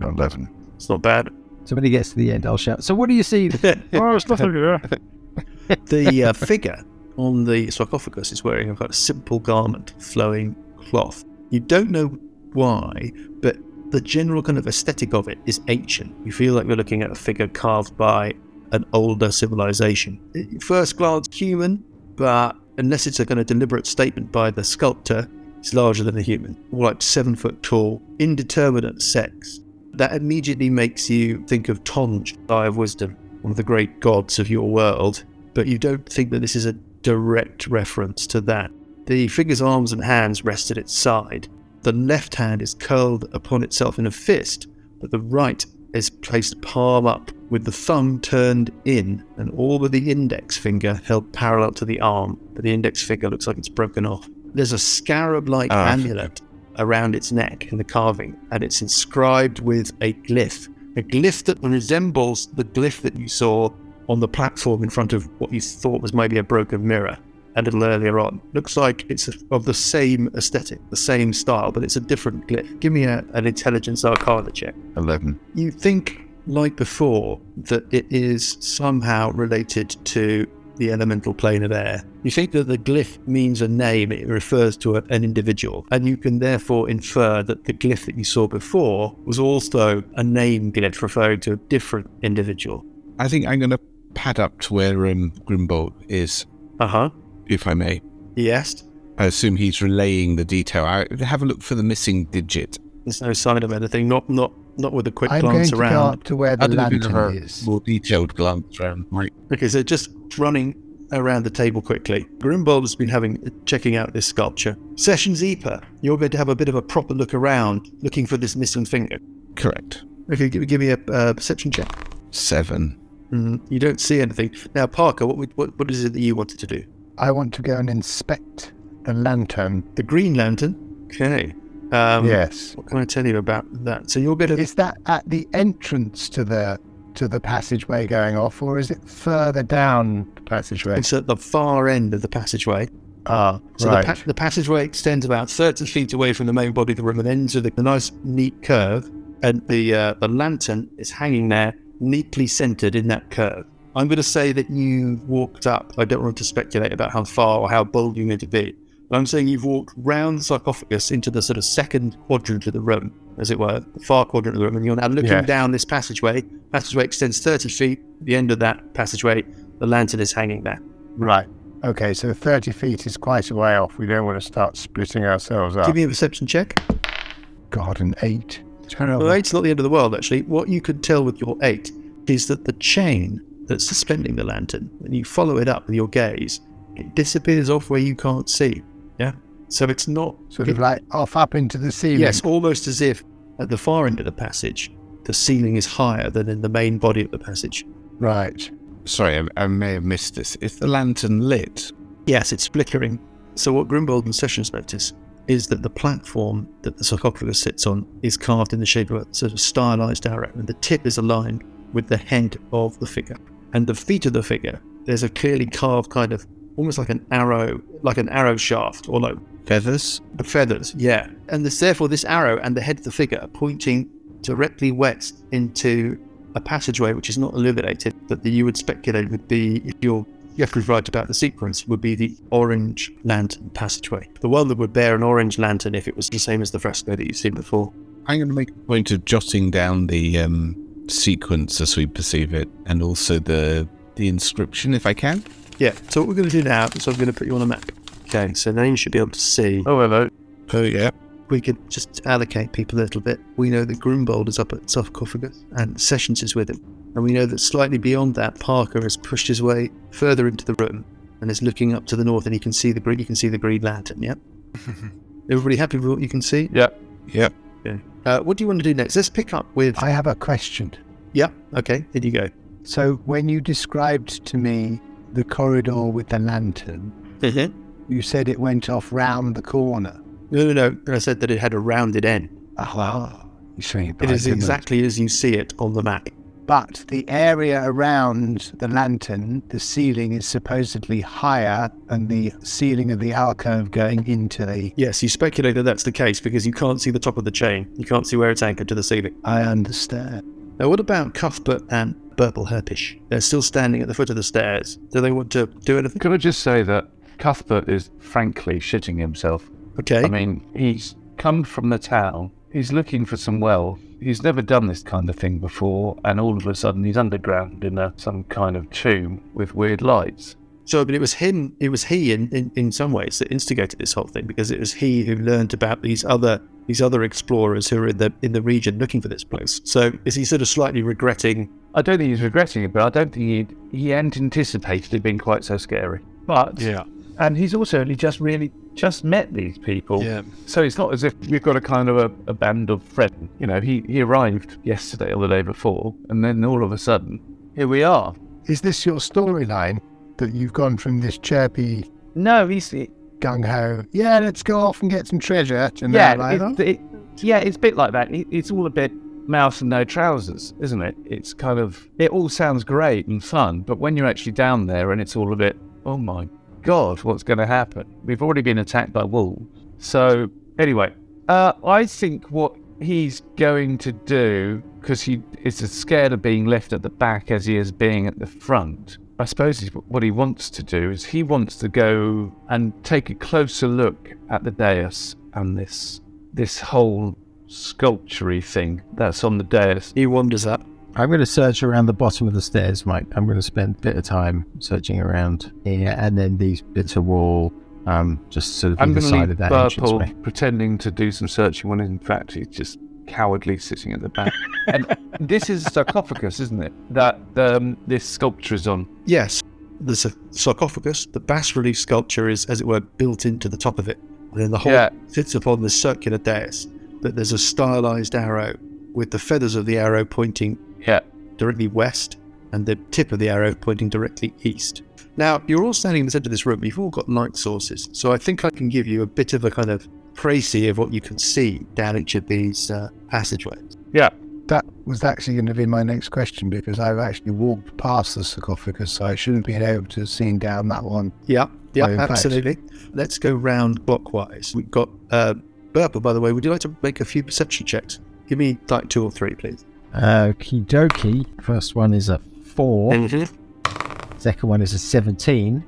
[SPEAKER 6] eleven.
[SPEAKER 4] It's not bad.
[SPEAKER 3] So when he gets to the end, I'll shout. So what do you
[SPEAKER 4] (laughs)
[SPEAKER 3] see?
[SPEAKER 10] Oh, it's nothing there.
[SPEAKER 4] The uh, (laughs) figure on the sarcophagus is wearing a kind of simple garment, flowing cloth. You don't know why, but the general kind of aesthetic of it is ancient. You feel like you're looking at a figure carved by an older civilization. At First glance, human, but unless it's a kind of deliberate statement by the sculptor, it's larger than a human, more like seven foot tall, indeterminate sex. That immediately makes you think of Tonj, Eye of Wisdom, one of the great gods of your world, but you don't think that this is a direct reference to that. The figure's arms and hands rest at its side. The left hand is curled upon itself in a fist, but the right is placed palm up, with the thumb turned in and all but the index finger held parallel to the arm, but the index finger looks like it's broken off. There's a scarab like
[SPEAKER 5] Ah.
[SPEAKER 4] amulet around its neck in the carving, and it's inscribed with a glyph, a glyph that resembles the glyph that you saw on the platform in front of what you thought was maybe a broken mirror a little earlier on. Looks like it's of the same aesthetic, the same style, but it's a different glyph. Give me a, an intelligence arcana check.
[SPEAKER 6] Eleven.
[SPEAKER 4] You think, like before, that it is somehow related to the elemental plane of air. You think that the glyph means a name, it refers to a- an individual, and you can therefore infer that the glyph that you saw before was also a name glyph referring to a different individual.
[SPEAKER 5] I think I'm going to pad up to where um, Grimbold is,
[SPEAKER 4] Uh huh.
[SPEAKER 5] if I may.
[SPEAKER 4] Yes.
[SPEAKER 5] I assume he's relaying the detail. I, have a look for the missing digit.
[SPEAKER 4] There's no sign of anything, not not not with a quick
[SPEAKER 7] I'm going
[SPEAKER 4] glance
[SPEAKER 7] to go
[SPEAKER 4] around.
[SPEAKER 7] up to where the
[SPEAKER 5] I'd love you to have
[SPEAKER 7] lantern
[SPEAKER 5] a
[SPEAKER 7] is.
[SPEAKER 5] More detailed glance around. Right.
[SPEAKER 4] Okay, so just running around the table quickly. Grimbold has been having checking out this sculpture. Sessions Eper, you're going to have a bit of a proper look around, looking for this missing finger.
[SPEAKER 5] Correct.
[SPEAKER 4] Okay, give, give me a uh, perception check.
[SPEAKER 5] Seven.
[SPEAKER 4] Mm, you don't see anything now, Parker. What, would- what what is it that you wanted to do?
[SPEAKER 7] I want to go and inspect the lantern.
[SPEAKER 4] The Green Lantern. Okay.
[SPEAKER 3] Hmm.
[SPEAKER 4] Um,
[SPEAKER 7] yes.
[SPEAKER 4] What can I tell you about that? So you're going to
[SPEAKER 7] Is that at the entrance to the to the passageway going off, or is it further down the passageway?
[SPEAKER 4] It's at the far end of the passageway. uh,
[SPEAKER 7] Ah,
[SPEAKER 4] So
[SPEAKER 7] right.
[SPEAKER 4] the, pa- the passageway extends about 30 feet away from the main body of the room and ends with a nice, neat curve. And the uh, the lantern is hanging there, neatly centered in that curve. I'm going to say that you walked up. I don't want to speculate about how far or how bold you're going to be. But I'm saying you've walked round the sarcophagus into the sort of second quadrant of the room, as it were, the far quadrant of the room. And you're now looking
[SPEAKER 7] Yeah.
[SPEAKER 4] down this passageway. Passageway extends 30 feet. At the end of that passageway, the lantern is hanging there.
[SPEAKER 7] right. Okay, so 30 feet is quite a way off. We don't want to start splitting ourselves up.
[SPEAKER 4] Give me a perception check.
[SPEAKER 7] God, an eight.
[SPEAKER 4] Well, eight's not the end of the world, actually. What you could tell with your eight is that the chain that's suspending the lantern. When you follow it up with your gaze, it disappears off where you can't see. Yeah. So it's not
[SPEAKER 3] sort of like off up into the ceiling.
[SPEAKER 4] Yes, almost as if at the far end of the passage, the ceiling is higher than in the main body of the passage.
[SPEAKER 3] Right.
[SPEAKER 5] Sorry, I, I may have missed this. Is the lantern lit?
[SPEAKER 4] Yes, it's flickering. So what Grimbold and Sessions notice is that the platform that the sarcophagus sits on is carved in the shape of a sort of stylized arrow, and the tip is aligned with the head of the figure. And the feet of the figure, there's a clearly carved kind of almost like an arrow, like an arrow shaft, or like
[SPEAKER 5] Feathers?
[SPEAKER 4] the feathers, yeah. And this, therefore, this arrow and the head of the figure are pointing directly west into a passageway which is not illuminated. That you would speculate would be if you're you have to be right about the sequence would be the orange lantern passageway, the one that would bear an orange lantern if it was the same as the fresco that you've seen before.
[SPEAKER 5] I'm going to make a point of jotting down the um, sequence as we perceive it, and also the the inscription if I can.
[SPEAKER 4] Yeah. So what we're going to do now is I'm going to put you on a map. Okay. So now you should be able to see.
[SPEAKER 6] Oh, hello.
[SPEAKER 5] Oh yeah.
[SPEAKER 4] we could just allocate people a little bit. We know that Grunbold is up at sarcophagus and Sessions is with him. And we know that slightly beyond that, Parker has pushed his way further into the room and is looking up to the north and he can see the green you can see the green lantern, yep. Everybody happy with what you can see?
[SPEAKER 6] Yep.
[SPEAKER 5] Yep.
[SPEAKER 4] Uh, what do you want to do next? Let's pick up with
[SPEAKER 3] I have a question.
[SPEAKER 4] Yeah, okay, here you go.
[SPEAKER 3] So when you described to me the corridor with the lantern, you said it went off round the corner.
[SPEAKER 4] No, no, no. I said that it had a rounded end.
[SPEAKER 3] Ah, well, you see,
[SPEAKER 4] It is exactly as you see it on the map.
[SPEAKER 3] But the area around the lantern, the ceiling is supposedly higher than the ceiling of the alcove going into the.
[SPEAKER 4] Yes, you speculate that that's the case because you can't see the top of the chain. You can't see where it's anchored to the ceiling.
[SPEAKER 3] I understand.
[SPEAKER 4] Now, what about Cuthbert and Burple Herpish? They're still standing at the foot of the stairs. Do they want to do anything?
[SPEAKER 6] Can I just say that Cuthbert is frankly shitting himself?
[SPEAKER 4] Okay.
[SPEAKER 6] I mean, he's come from the town. He's looking for some wealth. He's never done this kind of thing before, and all of a sudden he's underground in a, some kind of tomb with weird lights.
[SPEAKER 4] so, but it was him, it was he in, in, in some ways that instigated this whole thing because it was he who learned about these other these other explorers who were in the in the region looking for this place. So is he sort of slightly regretting
[SPEAKER 6] I don't think he's regretting it, but I don't think he he hadn't anticipated it being quite so scary. But
[SPEAKER 2] Yeah.
[SPEAKER 6] and he's also only just really just met these people.
[SPEAKER 2] Yeah.
[SPEAKER 6] So it's not as if we've got a kind of a, a band of friends. You know, he, he arrived yesterday or the day before, and then all of a sudden, here we are.
[SPEAKER 3] Is this your storyline that you've gone from this chirpy
[SPEAKER 6] No, he's it,
[SPEAKER 3] gung ho, yeah, let's go off and get some treasure, to now
[SPEAKER 6] yeah,
[SPEAKER 3] like,
[SPEAKER 6] it, it, yeah, it's a bit like that. It, it's all a bit mouse and no trousers, isn't it? It's kind of it all sounds great and fun, but when you're actually down there and it's all a bit, oh my god, what's going to happen? We've already been attacked by wolves. So anyway, uh, I think what he's going to do because he is as scared of being left at the back as he is being at the front. I suppose he's, what he wants to do is he wants to go and take a closer look at the dais and this this whole sculptury thing that's on the dais.
[SPEAKER 4] he wanders up?
[SPEAKER 12] I'm going to search around the bottom of the stairs, Mike. I'm going to spend a bit of time searching around here and then these bits of wall, um, just sort of
[SPEAKER 6] I'm
[SPEAKER 12] either
[SPEAKER 6] going to
[SPEAKER 12] side
[SPEAKER 6] leave
[SPEAKER 12] of that entranceway.
[SPEAKER 6] Burple pretending to do some searching when in fact he's just cowardly sitting at the back. (laughs) and this is a sarcophagus, isn't it? That um, this sculpture is on.
[SPEAKER 4] Yes, the sa- sarcophagus, the bas relief sculpture is, as it were, built into the top of it. And then the whole
[SPEAKER 6] Yeah.
[SPEAKER 4] sits upon this circular dais, but there's a stylized arrow with the feathers of the arrow pointing
[SPEAKER 6] Yeah.
[SPEAKER 4] directly west and the tip of the arrow pointing directly east. Now, you're all standing in the center of this room, you've all got light sources, so I think I can give you a bit of a kind of précis of what you can see down each of these uh, passageways.
[SPEAKER 6] Yeah.
[SPEAKER 3] That was actually going to be my next question because I've actually walked past the sarcophagus, so I shouldn't have been able to have seen down that one.
[SPEAKER 4] Yeah, yeah,
[SPEAKER 3] Oh, in fact.
[SPEAKER 4] absolutely. Let's go round clockwise. We've got uh, Burple, by the way. Would you like to make a few perception checks? Give me like two or three, please.
[SPEAKER 12] Okie dokie. First one is a 4.
[SPEAKER 4] Mm-hmm.
[SPEAKER 12] Second one is a 17.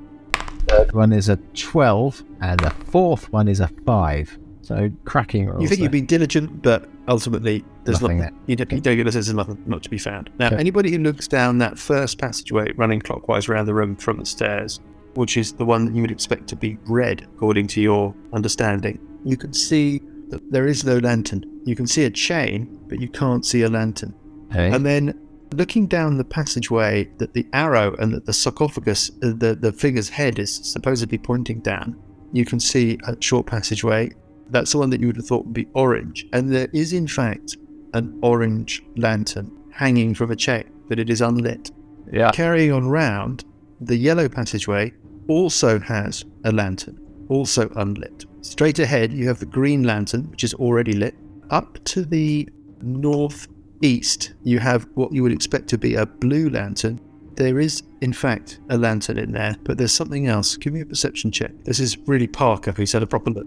[SPEAKER 12] Third one is a 12. And the fourth one is a 5. So cracking rolls.
[SPEAKER 4] You think
[SPEAKER 12] there.
[SPEAKER 4] you've been diligent, but ultimately there's
[SPEAKER 12] Nothing
[SPEAKER 4] nothing. You, don't, you don't get a sense of nothing not to be found. Now,
[SPEAKER 12] Okay.
[SPEAKER 4] anybody who looks down that first passageway running clockwise around the room from the stairs, which is the one that you would expect to be red, according to your understanding, you can see that there is no lantern. You can see a chain, but you can't see a lantern.
[SPEAKER 12] Hey?
[SPEAKER 4] And then Looking down the passageway that the arrow and that the sarcophagus, uh, the, the figure's head is supposedly pointing down, you can see a short passageway. That's the one that you would have thought would be orange. And there is, in fact, an orange lantern hanging from a chain, but it is unlit.
[SPEAKER 8] Yeah.
[SPEAKER 4] Carrying on round, the yellow passageway also has a lantern, also unlit. Straight ahead, you have the green lantern, which is already lit. Up to the northeast, you have what you would expect to be a blue lantern. There is, in fact, a lantern in there, but there's something else. Give me a perception check. This is really Parker who's had a proper look.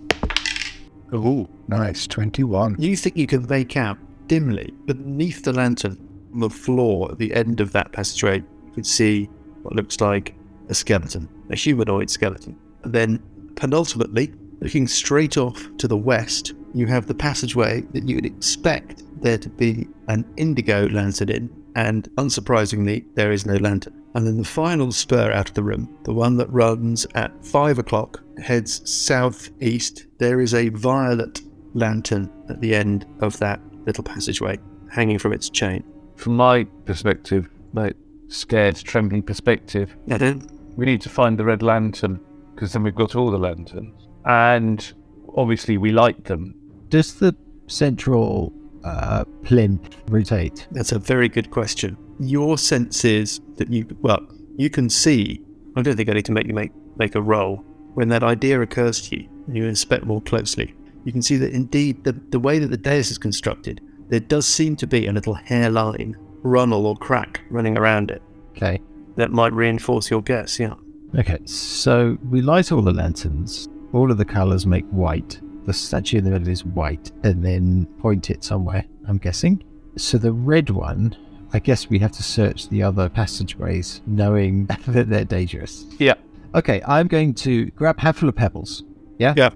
[SPEAKER 7] Ooh, nice. 21.
[SPEAKER 4] You think you can make out dimly beneath the lantern on the floor at the end of that passageway, you could see what looks like a skeleton, a humanoid skeleton. And then, penultimately, looking straight off to the west, you have the passageway that you would expect there to be an indigo lantern in, and unsurprisingly, there is no lantern. And then the final spur out of the room, the one that runs at five o'clock, heads southeast. There is a violet lantern at the end of that little passageway, hanging from its chain.
[SPEAKER 8] From my perspective, my scared, trembling perspective, we need to find the red lantern because then we've got all the lanterns. And obviously, we light them.
[SPEAKER 3] Does the central uh, plinth rotate?
[SPEAKER 4] That's a very good question. Your sense is that you well, you can see. I don't think I need to make you make make a roll. When that idea occurs to you, and you inspect more closely, you can see that indeed the, the way that the dais is constructed, there does seem to be a little hairline, runnel or crack running around it.
[SPEAKER 3] Okay.
[SPEAKER 4] That might reinforce your guess, yeah.
[SPEAKER 3] Okay, so we light all the lanterns. All of the colours make white. The statue in the middle is white, and then point it somewhere, I'm guessing. So the red one, I guess we have to search the other passageways, knowing (laughs) that they're dangerous.
[SPEAKER 8] Yeah.
[SPEAKER 3] Okay, I'm going to grab a handful of pebbles. Yeah?
[SPEAKER 4] Yeah.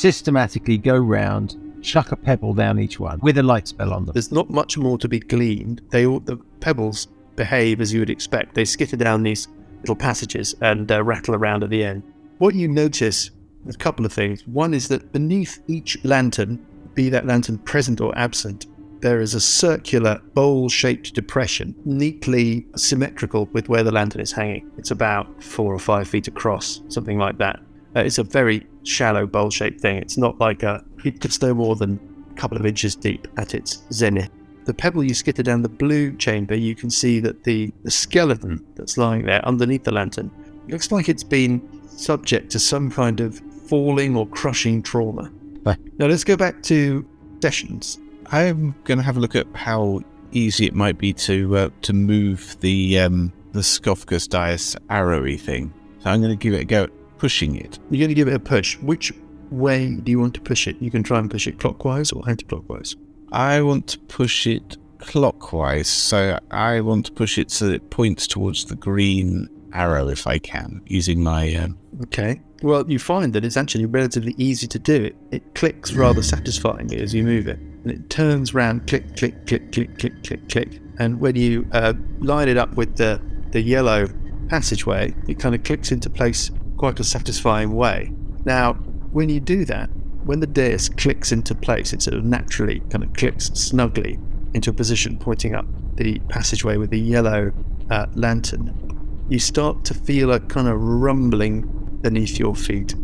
[SPEAKER 3] Systematically go round, chuck a pebble down each one with a light spell on them.
[SPEAKER 4] There's not much more to be gleaned. They all, the pebbles behave as you would expect. They skitter down these little passages and uh, rattle around at the end. What you notice is a couple of things. One is that beneath each lantern, be that lantern present or absent, there is a circular bowl-shaped depression, neatly symmetrical with where the lantern is hanging. It's about four or five feet across, something like that. Uh, it's a very shallow bowl shaped thing. It's not like a, it's no more than a couple of inches deep at its zenith. The pebble you skitter down the blue chamber, you can see that the, the skeleton that's lying there underneath the lantern looks like it's been subject to some kind of falling or crushing trauma.
[SPEAKER 3] Right.
[SPEAKER 4] Now let's go back to sessions.
[SPEAKER 5] I'm going to have a look at how easy it might be to uh, to move the um, the Scofgus Dias arrowy thing. So I'm going to give it a go at pushing it.
[SPEAKER 4] You're going to give it a push. Which way do you want to push it? You can try and push it clockwise or anti-clockwise.
[SPEAKER 5] I want to push it clockwise, so I want to push it so that it points towards the green arrow if I can, using my. Um,
[SPEAKER 4] Okay. Well, you find that it's actually relatively easy to do it. It clicks rather satisfyingly as you move it, and it turns round, click, click, click, click, click, click, click. And when you uh, line it up with the the yellow passageway, it kind of clicks into place quite a satisfying way. Now, when you do that, when the dais clicks into place, it sort of naturally kind of clicks snugly into a position pointing up the passageway with the yellow uh, lantern you start to feel a kind of rumbling beneath your feet.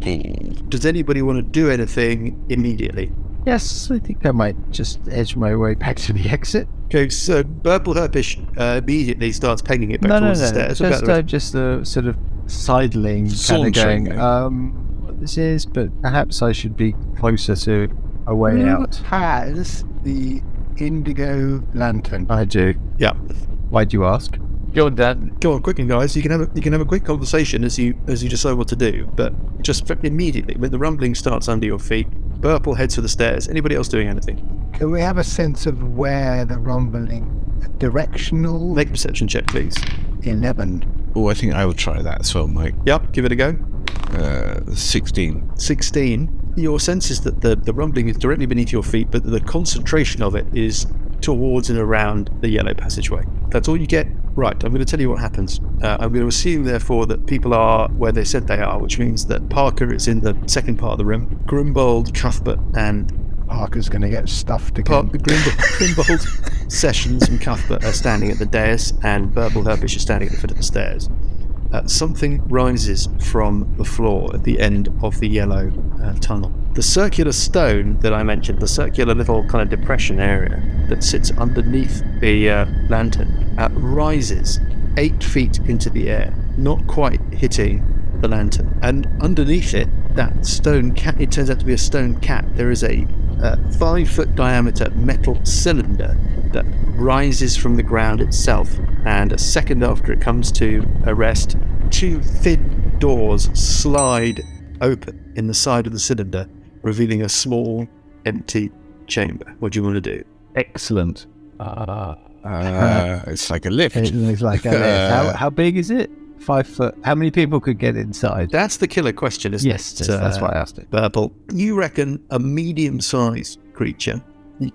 [SPEAKER 4] Does anybody want to do anything immediately?
[SPEAKER 3] Yes, I think I might just edge my way back to the exit.
[SPEAKER 4] Okay, so Purple Herpish uh, immediately starts pegging it back
[SPEAKER 3] no, no, no.
[SPEAKER 4] towards the stairs. What about
[SPEAKER 3] Just,
[SPEAKER 4] the
[SPEAKER 3] uh,
[SPEAKER 4] rest-
[SPEAKER 3] just the sort of sidling, kind of
[SPEAKER 5] Sauntering,
[SPEAKER 3] going,
[SPEAKER 5] eh?
[SPEAKER 3] um, what this is, but perhaps I should be closer to a way out.
[SPEAKER 7] Has the indigo lantern.
[SPEAKER 3] I do.
[SPEAKER 4] Yeah.
[SPEAKER 3] Why do you ask?
[SPEAKER 8] Go on, Dan.
[SPEAKER 4] Go on, quickly, guys. You can have a, you can have a quick conversation as you as you decide what to do. But just immediately, when the rumbling starts under your feet, Purple heads for the stairs. Anybody else doing anything?
[SPEAKER 7] Can we have a sense of where the rumbling directional?
[SPEAKER 4] Make a perception check, please.
[SPEAKER 7] 11.
[SPEAKER 5] oh, I think I will try that as well, Mike.
[SPEAKER 4] Yep, give it a go.
[SPEAKER 5] Uh, 16.
[SPEAKER 4] 16, your sense is that the, the rumbling is directly beneath your feet, but the concentration of it is towards and around the yellow passageway. That's all you get. Right, I'm going to tell you what happens. Uh, I'm going to assume, therefore, that people are where they said they are, which means that Parker is in the second part of the room, Grimbold, Cuthbert, and
[SPEAKER 7] Parker's going to get stuffed
[SPEAKER 4] Park,
[SPEAKER 7] again.
[SPEAKER 4] Grimbold, Grimbold, (laughs) Sessions, and Cuthbert are standing at the dais, and Burble Herbish is standing at the foot of the stairs. Uh, something rises from the floor at the end of the yellow uh, tunnel. The circular stone that I mentioned, the circular little kind of depression area that sits underneath the uh, lantern, uh, rises eight feet into the air, not quite hitting the lantern, and underneath it, that stone cat. It turns out to be a stone cat. There is a uh, five-foot diameter metal cylinder that rises from the ground itself, and a second after it comes to a rest, two thin doors slide open in the side of the cylinder, revealing a small, empty chamber. What do you want to do?
[SPEAKER 8] Excellent. Ah,
[SPEAKER 5] Uh, it's like a lift.
[SPEAKER 3] It looks like that.
[SPEAKER 7] (laughs)
[SPEAKER 3] is. How, how big is it? Five foot. How many people could get inside?
[SPEAKER 4] That's the killer question, isn't
[SPEAKER 3] Yes,
[SPEAKER 4] it?
[SPEAKER 3] yes, that's
[SPEAKER 4] Uh,
[SPEAKER 3] why I asked it.
[SPEAKER 4] Burble, you reckon a medium-sized creature,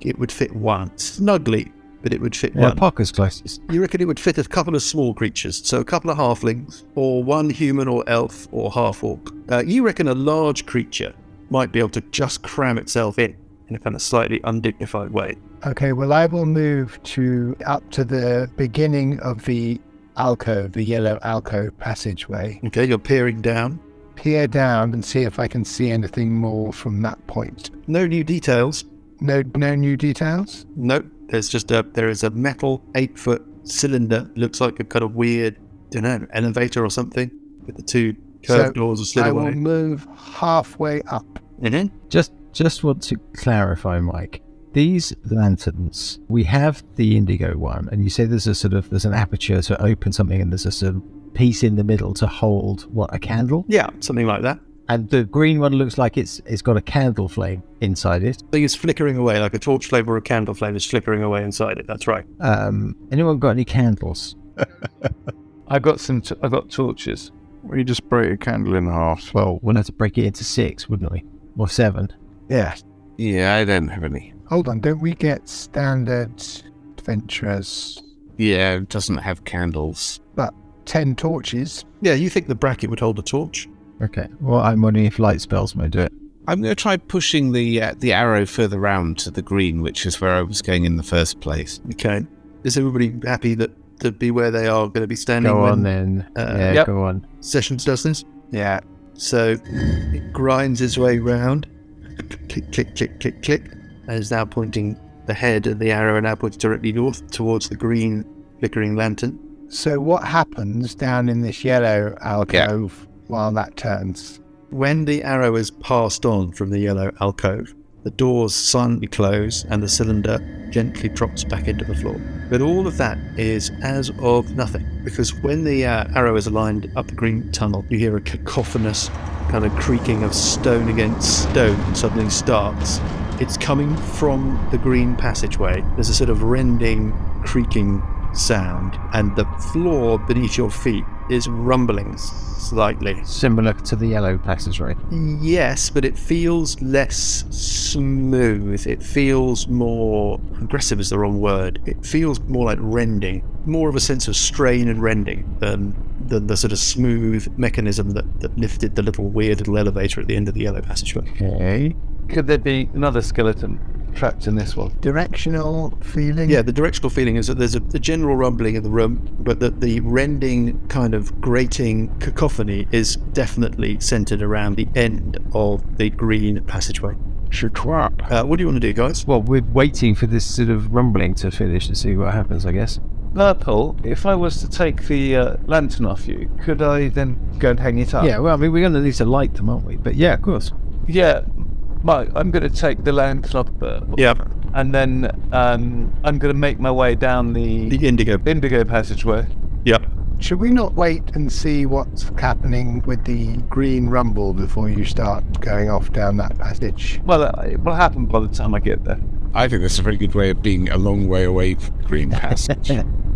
[SPEAKER 4] it would fit one snugly, but it would fit
[SPEAKER 7] uh,
[SPEAKER 3] Yeah,
[SPEAKER 4] one.
[SPEAKER 3] Parker's closest.
[SPEAKER 4] You reckon it would fit a couple of small creatures, so a couple of halflings, or one human or elf or half orc. Uh, you reckon a large creature might be able to just cram itself in in a kind of slightly undignified way.
[SPEAKER 7] Okay, well, I will move to up to the beginning of the alcove, the yellow alcove passageway.
[SPEAKER 4] Okay, you're peering down.
[SPEAKER 7] Peer down and see if I can see anything more from that point.
[SPEAKER 4] No new details.
[SPEAKER 7] No, no new details.
[SPEAKER 4] No, there's just a there is a metal eight foot cylinder. Looks like a kind of weird, don't know, elevator or something with the two curved
[SPEAKER 7] So,
[SPEAKER 4] doors are slid
[SPEAKER 7] I will
[SPEAKER 4] away.
[SPEAKER 7] move halfway up.
[SPEAKER 4] Mhm.
[SPEAKER 3] Just just want to clarify, Mike. These lanterns, we have the indigo one, and you say there's a sort of there's an aperture to open something, and there's a sort of piece in the middle to hold what a candle.
[SPEAKER 4] Yeah, something like that.
[SPEAKER 3] And the green one looks like it's it's got a candle flame inside it.
[SPEAKER 4] Thing is flickering away like a torch flame or a candle flame is flickering away inside it. That's right.
[SPEAKER 3] Um, anyone got any candles?
[SPEAKER 8] I got some. T- I got torches.
[SPEAKER 6] We just break a candle in half.
[SPEAKER 3] Well, we'll have to break it into six, wouldn't we? Or seven?
[SPEAKER 7] Yeah.
[SPEAKER 5] Yeah, I don't have any.
[SPEAKER 7] Hold on. Don't we get standard adventurers?
[SPEAKER 5] Yeah, it doesn't have candles.
[SPEAKER 7] But ten torches.
[SPEAKER 4] Yeah, you think the bracket would hold a torch?
[SPEAKER 3] Okay. Well, I'm wondering if light spells may do it.
[SPEAKER 5] I'm going to try pushing the uh, the arrow further round to the green, which is where I was going in the first place.
[SPEAKER 4] Okay. Is everybody happy that to be where they are going to be standing
[SPEAKER 3] Go
[SPEAKER 4] when
[SPEAKER 3] on then.
[SPEAKER 4] uh,
[SPEAKER 3] yeah,
[SPEAKER 8] Yep.
[SPEAKER 3] go on.
[SPEAKER 4] Sessions does this?
[SPEAKER 7] Yeah.
[SPEAKER 4] So it grinds its way round. Click, click, click, click, click. And is now pointing the head and the arrow are now pointing directly north towards the green flickering lantern.
[SPEAKER 7] So what happens down in this yellow alcove while that turns?
[SPEAKER 4] When the arrow is passed on from the yellow alcove, the doors silently close and the cylinder gently drops back into the floor. But all of that is as of nothing, because when the uh, arrow is aligned up the green tunnel, you hear a cacophonous kind of creaking of stone against stone suddenly starts. It's coming from the green passageway. There's a sort of rending, creaking sound, and the floor beneath your feet is rumbling slightly.
[SPEAKER 3] Similar to the yellow passageway.
[SPEAKER 4] Yes, but it feels less smooth. It feels more aggressive is the wrong word. It feels more like rending, more of a sense of strain and rending than than the sort of smooth mechanism that, that lifted the little weird little elevator at the end of the yellow passageway.
[SPEAKER 3] Okay.
[SPEAKER 8] Could there be another skeleton trapped in this one?
[SPEAKER 7] Directional feeling.
[SPEAKER 4] Yeah, the directional feeling is that there's a, a general rumbling in the room, but that the rending kind of grating cacophony is definitely centered around the end of the green passageway. Uh, what do you want to do, guys?
[SPEAKER 3] Well, we're waiting for this sort of rumbling to finish and see what happens, I guess.
[SPEAKER 8] Purple. If I was to take the uh, lantern off you, could I then go and hang it up?
[SPEAKER 3] Yeah, well, I mean, we're going to need to light them, aren't we? But yeah, of course.
[SPEAKER 8] Yeah, Mike, I'm going to take the lantern off Burple.
[SPEAKER 4] Yeah,
[SPEAKER 8] And then um, I'm going to make my way down the
[SPEAKER 4] the indigo.
[SPEAKER 8] indigo passageway.
[SPEAKER 4] Yep.
[SPEAKER 7] Should we not wait and see what's happening with the green rumble before you start going off down that passage?
[SPEAKER 8] Well, uh, it will happen by the time I get there.
[SPEAKER 5] I think that's a very good way of being a long way away from Green (laughs) Passage.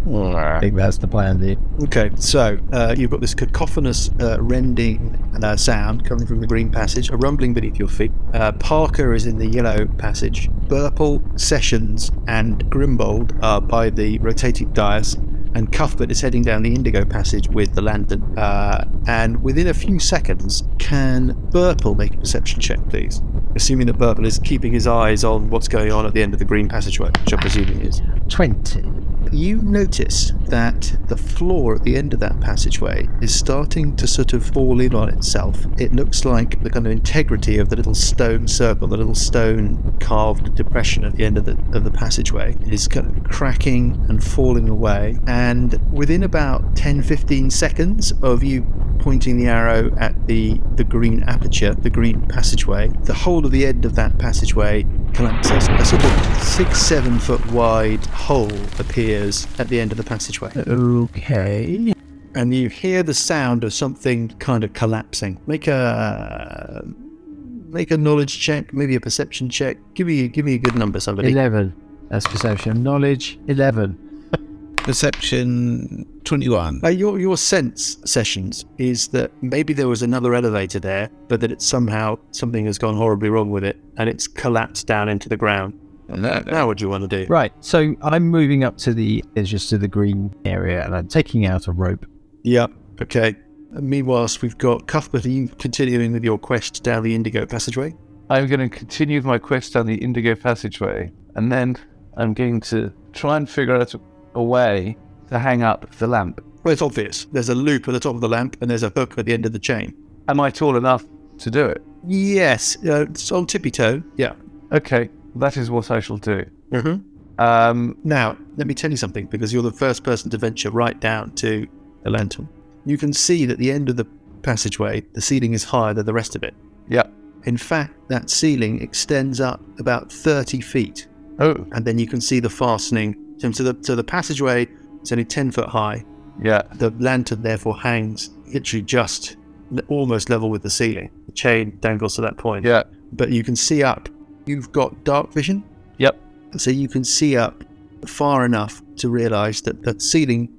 [SPEAKER 3] I think that's the plan, dude.
[SPEAKER 4] Okay, so uh, you've got this cacophonous uh, rending uh, sound coming from the green passage, a rumbling beneath your feet. Uh, Parker is in the yellow passage. Burple, Sessions, and Grimbold are by the rotating dais, and Cuthbert is heading down the indigo passage with the lantern. Uh, and within a few seconds, can Burple make a perception check, please? assuming that Purple is keeping his eyes on what's going on at the end of the green passageway, which I presume he is.
[SPEAKER 3] 20.
[SPEAKER 4] You notice that the floor at the end of that passageway is starting to sort of fall in on itself. It looks like the kind of integrity of the little stone circle, the little stone carved depression at the end of the of the passageway is kind of cracking and falling away. And within about 10 15 seconds of you pointing the arrow at the the green aperture, the green passageway, the whole of the end of that passageway collapses. A sort of six, seven foot wide hole appears at the end of the passageway.
[SPEAKER 3] Okay.
[SPEAKER 4] And you hear the sound of something kind of collapsing. Make a make a knowledge check, maybe a perception check. Give me give me a good number, somebody.
[SPEAKER 3] 11. That's perception. Knowledge, 11.
[SPEAKER 5] Perception 21.
[SPEAKER 4] Uh, your your sense sessions is that maybe there was another elevator there, but that it's somehow something has gone horribly wrong with it, and it's collapsed down into the ground. Now, what do you want to do?
[SPEAKER 3] Right, so I'm moving up to the edge, just to the green area, and I'm taking out a rope.
[SPEAKER 4] Yep. Okay. And meanwhile, we've got Cuthbert. Are you continuing with your quest down the Indigo passageway?
[SPEAKER 8] I'm going to continue with my quest down the Indigo Passageway, and then I'm going to try and figure out a way to hang up the lamp.
[SPEAKER 4] Well, it's obvious. There's a loop at the top of the lamp, and there's a hook at the end of the chain.
[SPEAKER 8] Am I tall enough to do it?
[SPEAKER 4] Yes, uh, it's on tippy toe. Yeah.
[SPEAKER 8] Okay, that is what I shall do.
[SPEAKER 4] Mm-hmm.
[SPEAKER 8] Um,
[SPEAKER 4] Now, let me tell you something because you're the first person to venture right down to the lantern. You can see that the end of the passageway, the ceiling is higher than the rest of it.
[SPEAKER 8] yeah.
[SPEAKER 4] In fact, that ceiling extends up about 30 feet,
[SPEAKER 8] Oh,
[SPEAKER 4] and then you can see the fastening. So so the, so the passageway is only 10 foot high.
[SPEAKER 8] yeah.
[SPEAKER 4] The lantern therefore hangs literally just le- almost level with the ceiling. The chain dangles to that point.
[SPEAKER 8] Yeah.
[SPEAKER 4] But you can see up. You've got dark vision.
[SPEAKER 8] Yep.
[SPEAKER 4] So you can see up far enough to realize that the ceiling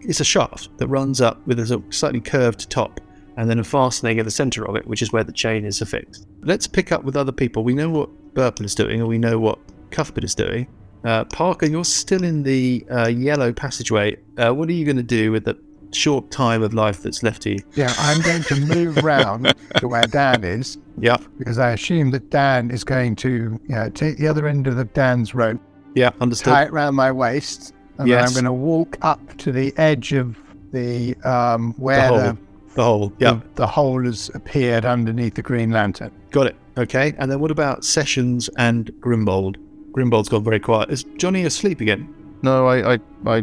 [SPEAKER 4] is a shaft that runs up with a sort of slightly curved top and then a fastening at the center of it, which is where the chain is affixed. Let's pick up with other people. We know what Burple is doing and we know what Cuthbert is doing. Uh, Parker, you're still in the uh, yellow passageway. Uh, what are you going to do with the short time of life that's left to you?
[SPEAKER 7] Yeah, I'm going to
[SPEAKER 3] (laughs)
[SPEAKER 7] move round to where Dan is
[SPEAKER 4] Yep.
[SPEAKER 7] because I assume that Dan is going to you know, take the other end of the Dan's rope,
[SPEAKER 4] Yeah, understood.
[SPEAKER 7] tie it round my waist, and then I'm
[SPEAKER 4] Yes.
[SPEAKER 7] going to walk up to the edge of the um, where
[SPEAKER 4] hole.
[SPEAKER 7] the
[SPEAKER 4] The hole.
[SPEAKER 7] the,
[SPEAKER 4] Yeah.
[SPEAKER 7] the hole has appeared underneath the Green
[SPEAKER 6] uh,
[SPEAKER 7] Lantern.
[SPEAKER 4] Got it. Okay. And then what about Sessions and Grimbold? Grimbold's gone very quiet. Is Johnny asleep again?
[SPEAKER 6] No, I, I, I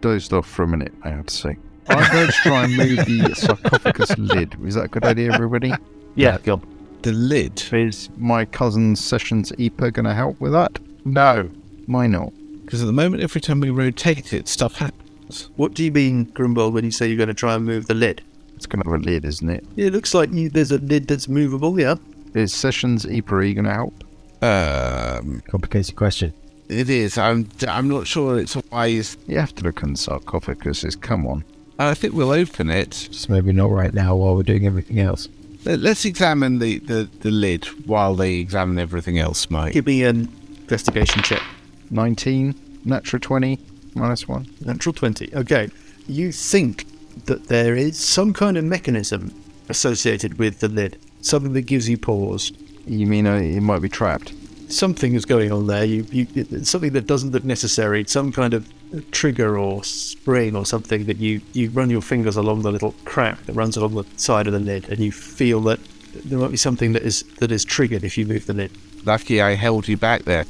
[SPEAKER 6] dozed off for a minute, I have to say. I'm going to try and move the sarcophagus lid. Is that a good idea, everybody?
[SPEAKER 8] Yeah, go on.
[SPEAKER 5] The lid.
[SPEAKER 6] Is my cousin Sessions Epa going to help with that?
[SPEAKER 7] No,
[SPEAKER 6] Why not?
[SPEAKER 5] Because at the moment, every time we rotate it, stuff happens.
[SPEAKER 4] What do you mean, Grimbold, when you say you're going to try and move the lid?
[SPEAKER 6] It's going to have a lid, isn't it?
[SPEAKER 4] It looks like you, there's a lid that's movable, yeah?
[SPEAKER 6] Is Sessions E Epa, are you going to help?
[SPEAKER 5] Um,
[SPEAKER 3] Complicated question.
[SPEAKER 5] it is. I'm. I'm not sure it's a wise.
[SPEAKER 6] You have to look on sarcophaguses, come on.
[SPEAKER 5] I think we'll open it.
[SPEAKER 3] Just maybe not right now while we're doing everything else.
[SPEAKER 5] Let- Let's examine the, the, the lid while they examine everything else, Mike.
[SPEAKER 4] Give me an investigation check.
[SPEAKER 6] 19, natural 20, minus 1.
[SPEAKER 4] Natural 20. Okay. You think that there is some kind of mechanism associated with the lid, something that gives you pause.
[SPEAKER 6] You mean uh, it might be trapped?
[SPEAKER 4] Something is going on there. You, you, it's something that doesn't look necessary. Some kind of trigger or spring or something that you, you run your fingers along the little crack that runs along the side of the lid, and you feel that there might be something that is that is triggered if you move the lid.
[SPEAKER 5] Lucky I held you back (laughs) there.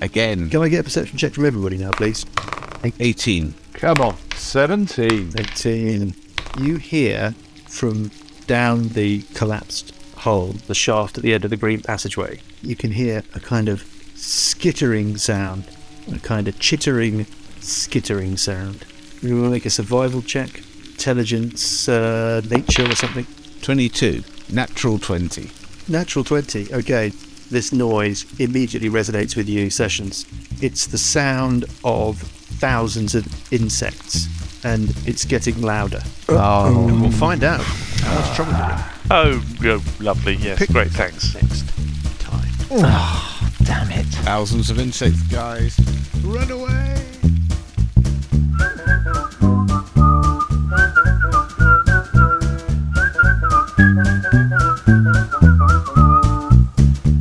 [SPEAKER 5] Again.
[SPEAKER 4] Can I get a perception check from everybody now, please?
[SPEAKER 5] 18.
[SPEAKER 8] Come on. 17.
[SPEAKER 4] 18. um, You hear from down the collapsed hole, the shaft at the end of the green passageway, you can hear a kind of skittering sound, a kind of chittering, skittering sound. You want to make a survival check, intelligence, uh, nature, or something?
[SPEAKER 5] 22. Natural 20.
[SPEAKER 4] Natural 20. Okay. This noise immediately resonates with you, Sessions. It's the sound of thousands of insects, and it's getting louder. And we'll find out how much trouble they're in
[SPEAKER 11] Oh, oh, lovely. Yes, great. Thanks.
[SPEAKER 4] time.
[SPEAKER 3] Damn it.
[SPEAKER 5] Thousands of insects, guys. Run away!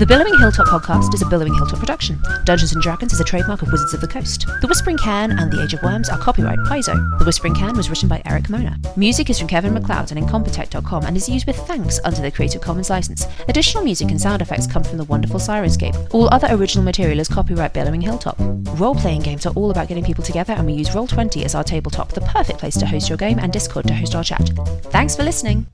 [SPEAKER 13] Billowing Hilltop podcast is a Billowing Hilltop production. Dungeons and Dragons is a trademark of Wizards of the Coast. The Whispering Can and The Age of Worms are copyright Paizo. The Whispering Can was written by Eric Mona. Music is from Kevin McLeod and Incompetech.com and is used with thanks under the Creative Commons license. Additional music and sound effects come from the wonderful Sirenscape. All other original material is copyright Billowing Hilltop. Role playing games are all about getting people together, and we use Roll20 as our tabletop, the perfect place to host your game, and Discord to host our chat. Thanks for listening!